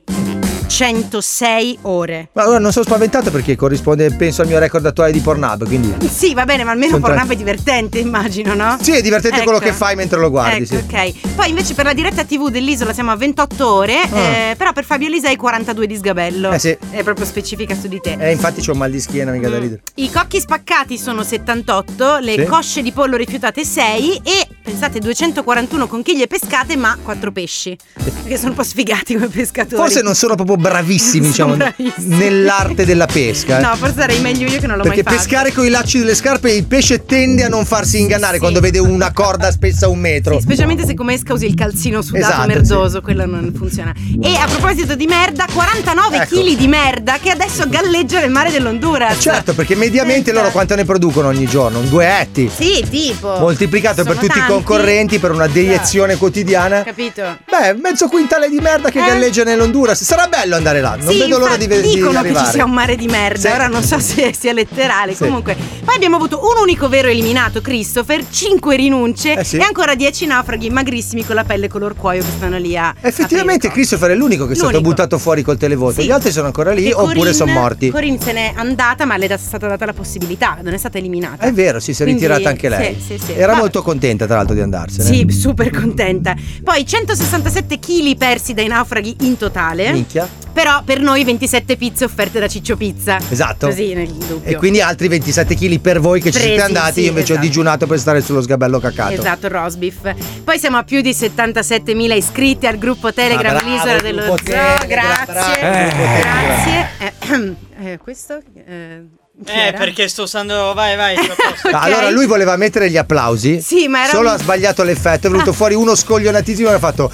S13: 106 ore.
S3: Ma allora non sono spaventato perché corrisponde, penso, al mio record attuale di Pornhub, quindi...
S13: Sì, va bene, ma almeno
S3: Sono tra-
S13: Pornhub è divertente, immagino, no?
S3: Sì, è divertente
S13: Ecco.
S3: quello che fai mentre lo guardi, sì.
S13: Ecco, ok. Poi invece per la diretta TV dell'isola siamo a 28 ore,
S3: Ah.
S13: eh, però per Fabio Lisa hai 42 di sgabello.
S3: Eh sì.
S13: È proprio specifica su di te.
S3: Eh, infatti c'ho un mal di schiena, mica da ridere.
S13: I cocchi spaccati sono 78, le
S3: Sì.
S13: cosce di pollo rifiutate 6 e pensate 241 conchiglie pescate ma 4 pesci. Perché sono un po' sfigati come pescatori.
S3: Eh. Forse non sono proprio bravissimi, diciamo, nell'arte della pesca. eh.
S13: No, forse sarei meglio io che non l'ho
S3: Perché
S13: mai fatto.
S3: pescare con i lacci delle scarpe il pesce tende a non farsi ingannare quando vede una corda spessa un metro.
S13: Specialmente se come esca usi il calzino sudato
S3: Esatto,
S13: merdoso, quello non funziona. E a proposito di merda, 49
S3: Ecco.
S13: kg di merda che adesso galleggia nel mare dell'Honduras.
S3: Certo, perché mediamente loro quanto ne producono ogni giorno? Un due etti.
S13: Sì, tipo.
S3: Moltiplicato per
S13: Sono
S3: tutti
S13: tanti.
S3: i concorrenti per una deiezione quotidiana.
S13: Capito?
S3: Beh, mezzo quintale di merda che
S13: Eh?
S3: galleggia nell'Honduras. Sarà bello andare là. Non
S13: Sì,
S3: vedo l'ora di
S13: infatti,
S3: vederti
S13: Dicono
S3: arrivare.
S13: che ci sia un mare di merda.
S3: Sì.
S13: Ora non so se sia letterale.
S3: Sì.
S13: Comunque, poi abbiamo avuto un unico vero eliminato, Christopher, 5 rinunce
S3: Eh sì.
S13: e ancora 10 naufraghi magrissimi con la pelle color cuoio che stanno lì a.
S3: Effettivamente Christopher è l'unico che è stato
S13: L'unico.
S3: buttato fuori col televoto.
S13: Sì.
S3: Gli altri sono ancora lì
S13: E
S3: oppure
S13: Corinne-
S3: sono morti.
S13: Corinne se n'è andata, ma le è stata data la possibilità, non è stata eliminata.
S3: Ah, È vero, si, si è
S13: Quindi,
S3: ritirata anche lei.
S13: sì, sì, sì.
S3: Era
S13: Ma-
S3: molto contenta, tra l'altro, di andarsene.
S13: Sì, super contenta. Poi 167 kg persi dai naufraghi in totale.
S3: Minchia.
S13: Però per noi 27 pizze offerte da Ciccio Pizza.
S3: Esatto.
S13: Così nel dubbio.
S3: E quindi altri 27 kg per voi che ci
S13: Presi,
S3: siete andati.
S13: sì,
S3: Io invece
S13: esatto.
S3: ho digiunato per stare sullo sgabello cacato.
S13: Esatto, il roast beef. Poi siamo a più di 77.000 iscritti al gruppo Telegram
S3: Ma bravo,
S13: L'Isola
S3: il
S13: dello
S3: gruppo
S13: Zoo.
S3: Telegram,
S13: Grazie.
S3: bravo, il gruppo
S13: Grazie. Eh, eh, questo? Eh, chi
S5: Eh,
S13: era?
S5: perché sto usando. Vai, vai. sto a posto.
S3: Ma Ah, Allora lui voleva mettere gli applausi.
S13: Sì, ma era
S3: Solo
S13: un- Ah.
S3: ha sbagliato l'effetto. È venuto fuori uno scoglionatissimo che ha fatto.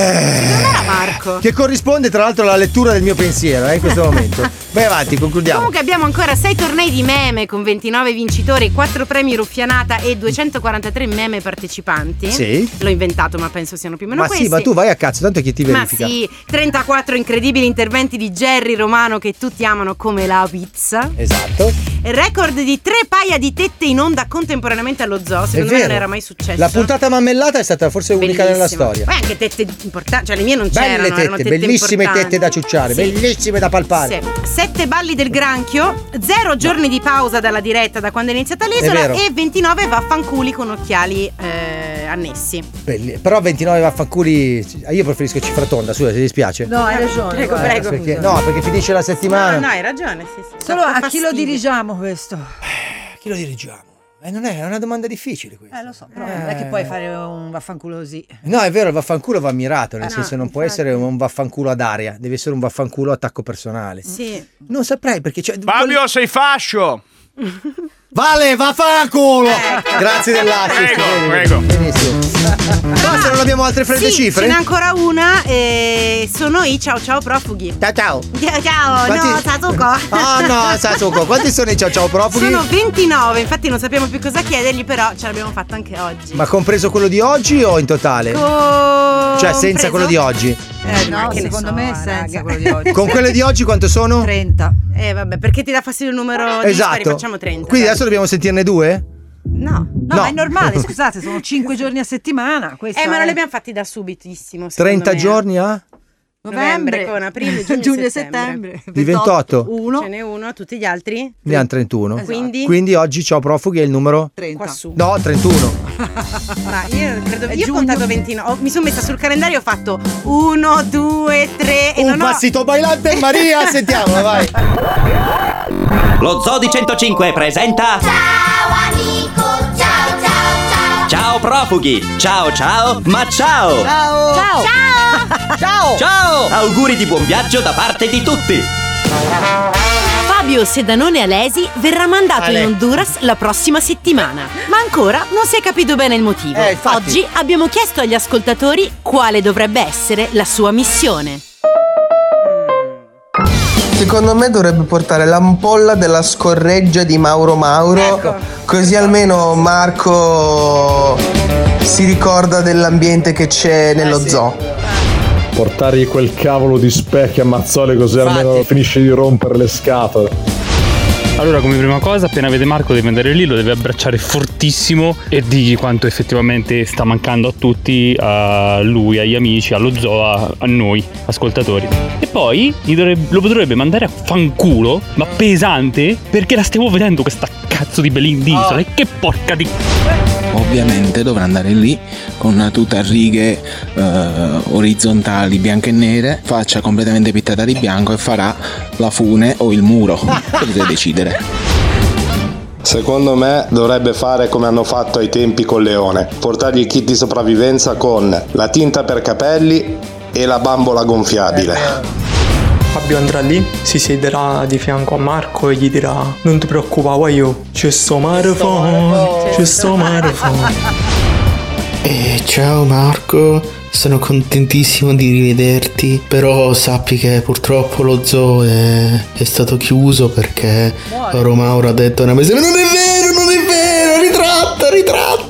S3: Eh,
S13: Marco.
S3: che corrisponde tra l'altro alla lettura del mio pensiero eh, in questo momento. Vai avanti, concludiamo.
S13: Comunque abbiamo ancora 6 tornei di meme con 29 vincitori, 4 premi ruffianata e 243 meme partecipanti.
S3: Sì.
S13: L'ho inventato, ma penso siano più o meno
S3: Ma
S13: questi.
S3: sì, ma tu vai a cazzo, tanto chi ti
S13: Ma
S3: verifica.
S13: sì, 34 incredibili interventi di Jerry Romano che tutti amano come la pizza.
S3: Esatto.
S13: Record di tre paia di tette in onda contemporaneamente allo zoo, secondo me
S3: vero.
S13: non era mai successo.
S3: La puntata mammellata è stata forse unica nella
S13: Bellissimo.
S3: storia.
S13: Poi anche tette importanti, cioè le mie non c'erano,
S3: Belle
S13: erano
S3: tette,
S13: tette
S3: bellissime
S13: importanti.
S3: tette da ciucciare,
S13: Sì.
S3: bellissime da palpare.
S13: Sì. Sette balli del granchio, zero giorni di pausa dalla diretta da quando è iniziata
S3: È
S13: l'isola
S3: vero.
S13: e 29 vaffanculi con occhiali eh, annessi.
S3: Belli- Però 29 vaffanculi. Io preferisco cifra tonda, scusa, ti dispiace.
S7: No, hai ragione.
S13: Prego,
S7: guarda.
S13: prego.
S3: Perché- no, perché finisce la settimana.
S13: No, no, hai ragione, sì, sì.
S7: Solo
S13: Fa
S7: a chi lo
S13: fastidio.
S7: dirigiamo questo?
S3: A chi lo dirigiamo? Eh, non è, è una domanda difficile questa.
S7: Eh, lo so, però non è che puoi fare un vaffanculo così.
S3: No, è vero, il vaffanculo va mirato, nel
S13: Ah,
S7: No,
S3: senso non può essere un vaffanculo ad aria, deve essere un vaffanculo attacco personale.
S13: Sì.
S3: Non saprei perché c'è.
S8: Fabio, sei fascio!
S3: Vale, vaffanculo!
S13: Ecco.
S3: Grazie dell'assist.
S8: Prego,
S3: bene,
S8: prego.
S3: Benissimo. Basta, non abbiamo altre fredde
S13: sì,
S3: cifre?
S13: Ce n'è ancora una, eh, sono i ciao ciao profughi.
S3: Ciao ciao.
S13: Ciao ciao, no,
S3: Quanti-
S13: Sasuko.
S3: Ah no, Sasuko, quanti sono i ciao ciao profughi?
S13: Sono 29, infatti non sappiamo più cosa chiedergli, però ce l'abbiamo fatta anche oggi.
S3: Ma compreso quello di oggi o in totale? Cioè, senza quello di oggi.
S13: Eh, no,
S7: secondo
S13: me senza
S7: quello di oggi.
S3: Con quello di oggi quanto sono?
S13: 30. Eh vabbè, perché ti dà fastidio il numero dispari,
S3: esatto.
S13: facciamo 30.
S3: Quindi adesso dobbiamo sentirne due?
S7: No,
S3: No.
S7: ma è normale, scusate, sono 5 giorni a settimana. Questa
S13: Eh, ma non
S7: è-
S13: li abbiamo fatti da subitissimo. secondo
S3: 30
S13: me. eh.
S3: giorni eh? a?
S13: Novembre,
S7: Novembre.
S13: con aprile, giugno,
S7: Giugno
S13: e
S7: e
S13: settembre.
S3: Di 28.
S13: 1. Ce n'è uno, tutti gli altri?
S3: Ne hanno 31.
S13: Esatto. Quindi?
S3: oggi ciao profughi è il numero?
S13: 30. Qua su.
S3: No, 31.
S13: Ma io credo io ho contato 29. Ho- Mi sono messa sul calendario e ho fatto 1, 2, 3 e
S3: Un
S13: non ho-
S3: passito bailante, Maria, sentiamola, vai.
S2: Lo Zoo di 105 presenta
S11: ciao ciao ciao
S2: Ciao profughi! Ciao ciao, ma ciao!
S11: Ciao! Ciao!
S2: Ciao! Auguri di buon viaggio da parte di tutti!
S13: Fabio Sedanone Alesi verrà mandato
S2: Ale.
S13: in Honduras la prossima settimana, ma ancora non si è capito bene il motivo.
S2: Eh, infatti.
S13: Oggi abbiamo chiesto agli ascoltatori quale dovrebbe essere la sua missione.
S6: Secondo me dovrebbe portare l'ampolla della scorreggia di Mauro Mauro,
S13: Ecco.
S6: così almeno Marco si ricorda dell'ambiente che c'è nello zoo.
S16: Portargli quel cavolo di specchio a Mazzole così almeno finisce di rompere le scatole.
S27: Allora, come prima cosa, appena vede Marco deve andare lì, lo deve abbracciare fortissimo e dirgli quanto effettivamente sta mancando a tutti, a lui, agli amici, allo zoo, a, a noi, ascoltatori. E poi gli dovrebbe- lo dovrebbe mandare a fanculo, ma pesante, perché la stiamo vedendo questa cazzo di Belin di isola. E che porca di...
S28: Ovviamente dovrà andare lì con una tuta a righe eh, orizzontali bianche e nere, faccia completamente pittata di bianco e farà la fune o il muro. Potete decidere.
S16: Secondo me dovrebbe fare come hanno fatto ai tempi con Leone, portargli il kit di sopravvivenza con la tinta per capelli e la bambola gonfiabile.
S29: Fabio andrà lì, si siederà di fianco a Marco e gli dirà Non ti preoccupare io, c'è sto marathon, c'è sto marathon
S30: Eh, ciao Marco, sono contentissimo di rivederti, però sappi che purtroppo lo zoo è, è stato chiuso perché Mauro Mauro ha detto una mese... Non è vero, non è vero, ritratto, ritratto!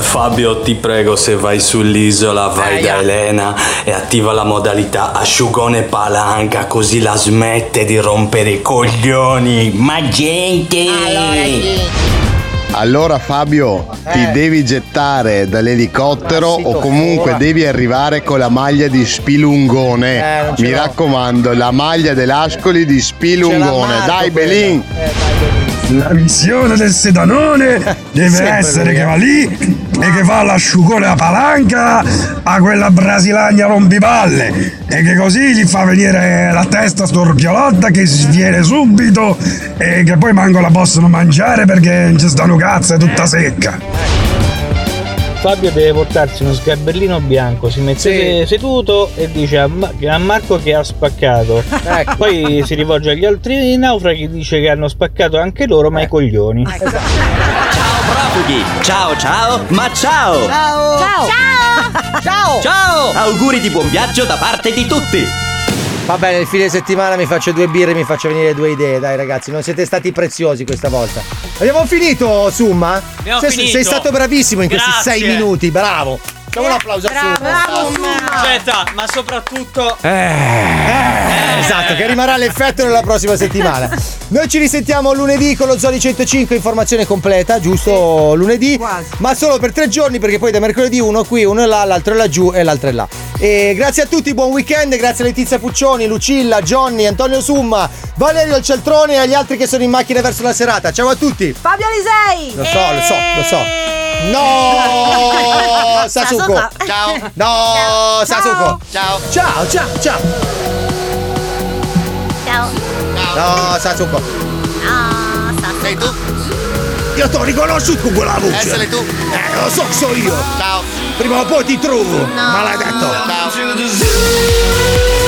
S30: Fabio, ti prego, se vai sull'isola, vai da Elena e attiva la modalità asciugone palanca, così la smette di rompere i coglioni. Ma gente!
S31: Allora Fabio,
S3: Eh.
S31: ti devi gettare dall'elicottero o comunque devi arrivare con la maglia di
S3: Eh,
S31: Spilungone.
S3: non ce
S31: Mi
S3: l'ho.
S31: raccomando, la maglia dell'Ascoli di
S3: Ce
S31: Spilungone.
S3: l'ha
S31: Dai
S3: Marco quella.
S31: Belin!
S32: La missione del sedanone deve
S31: Sempre
S32: essere
S31: lui,
S32: che
S31: eh.
S32: va lì e che fa l'asciugone a palanca a quella brasilagna rompipalle e che così gli fa venire la testa storpiolotta che si sviene subito e che poi manco la possono mangiare perché non ci stanno cazzo, è tutta secca.
S33: Fabio deve portarsi uno sgabellino bianco, si mette seduto e dice a, Ma- a Marco che ha spaccato.
S3: Ecco.
S33: Poi si rivolge
S3: Ecco.
S33: agli altri naufraghi e dice che hanno spaccato anche loro, ma i coglioni.
S5: profughi. Ciao ciao, ma ciao!
S33: Ciao! Ciao! Ciao! Ciao!
S5: Ciao! Auguri di buon viaggio da parte di tutti!
S3: Va bene, il fine settimana mi faccio due birre, mi faccio venire due idee, dai ragazzi, non siete stati preziosi questa volta. Abbiamo finito, Summa?
S33: Abbiamo
S3: sei,
S33: finito.
S3: sei stato bravissimo in questi
S33: Grazie.
S3: sei minuti, bravo. Facciamo un applauso a Summa.
S33: Aspetta, ma soprattutto
S3: Eh. Esatto, che rimarrà l'effetto nella prossima settimana. Noi ci risentiamo lunedì con lo Zoli 105, informazione completa, giusto lunedì, ma solo per tre giorni perché poi da mercoledì uno qui, uno è là, l'altro è laggiù e l'altro è là. E grazie a tutti, buon weekend, grazie a Letizia Puccioni, Lucilla, Johnny, Antonio Summa, Valerio il Celtrone e agli altri che sono in macchina verso la serata. Ciao a tutti!
S7: Fabio Alisei!
S3: Lo so, lo so, lo so. No, Sasuko.
S7: Sasuko.
S3: Eh. Ciao. No, Sasuko. Ciao. Ciao, ciao, ciao.
S11: Ciao.
S3: No, Sasuko. Ah,
S11: No, Sasuko. Sei tu?
S3: Io t'ho riconosciuto con quella voce.
S11: Essere tu.
S3: Eh, lo so che sono io. Ciao. Prima o poi ti trovo. Maledetto. Ciao.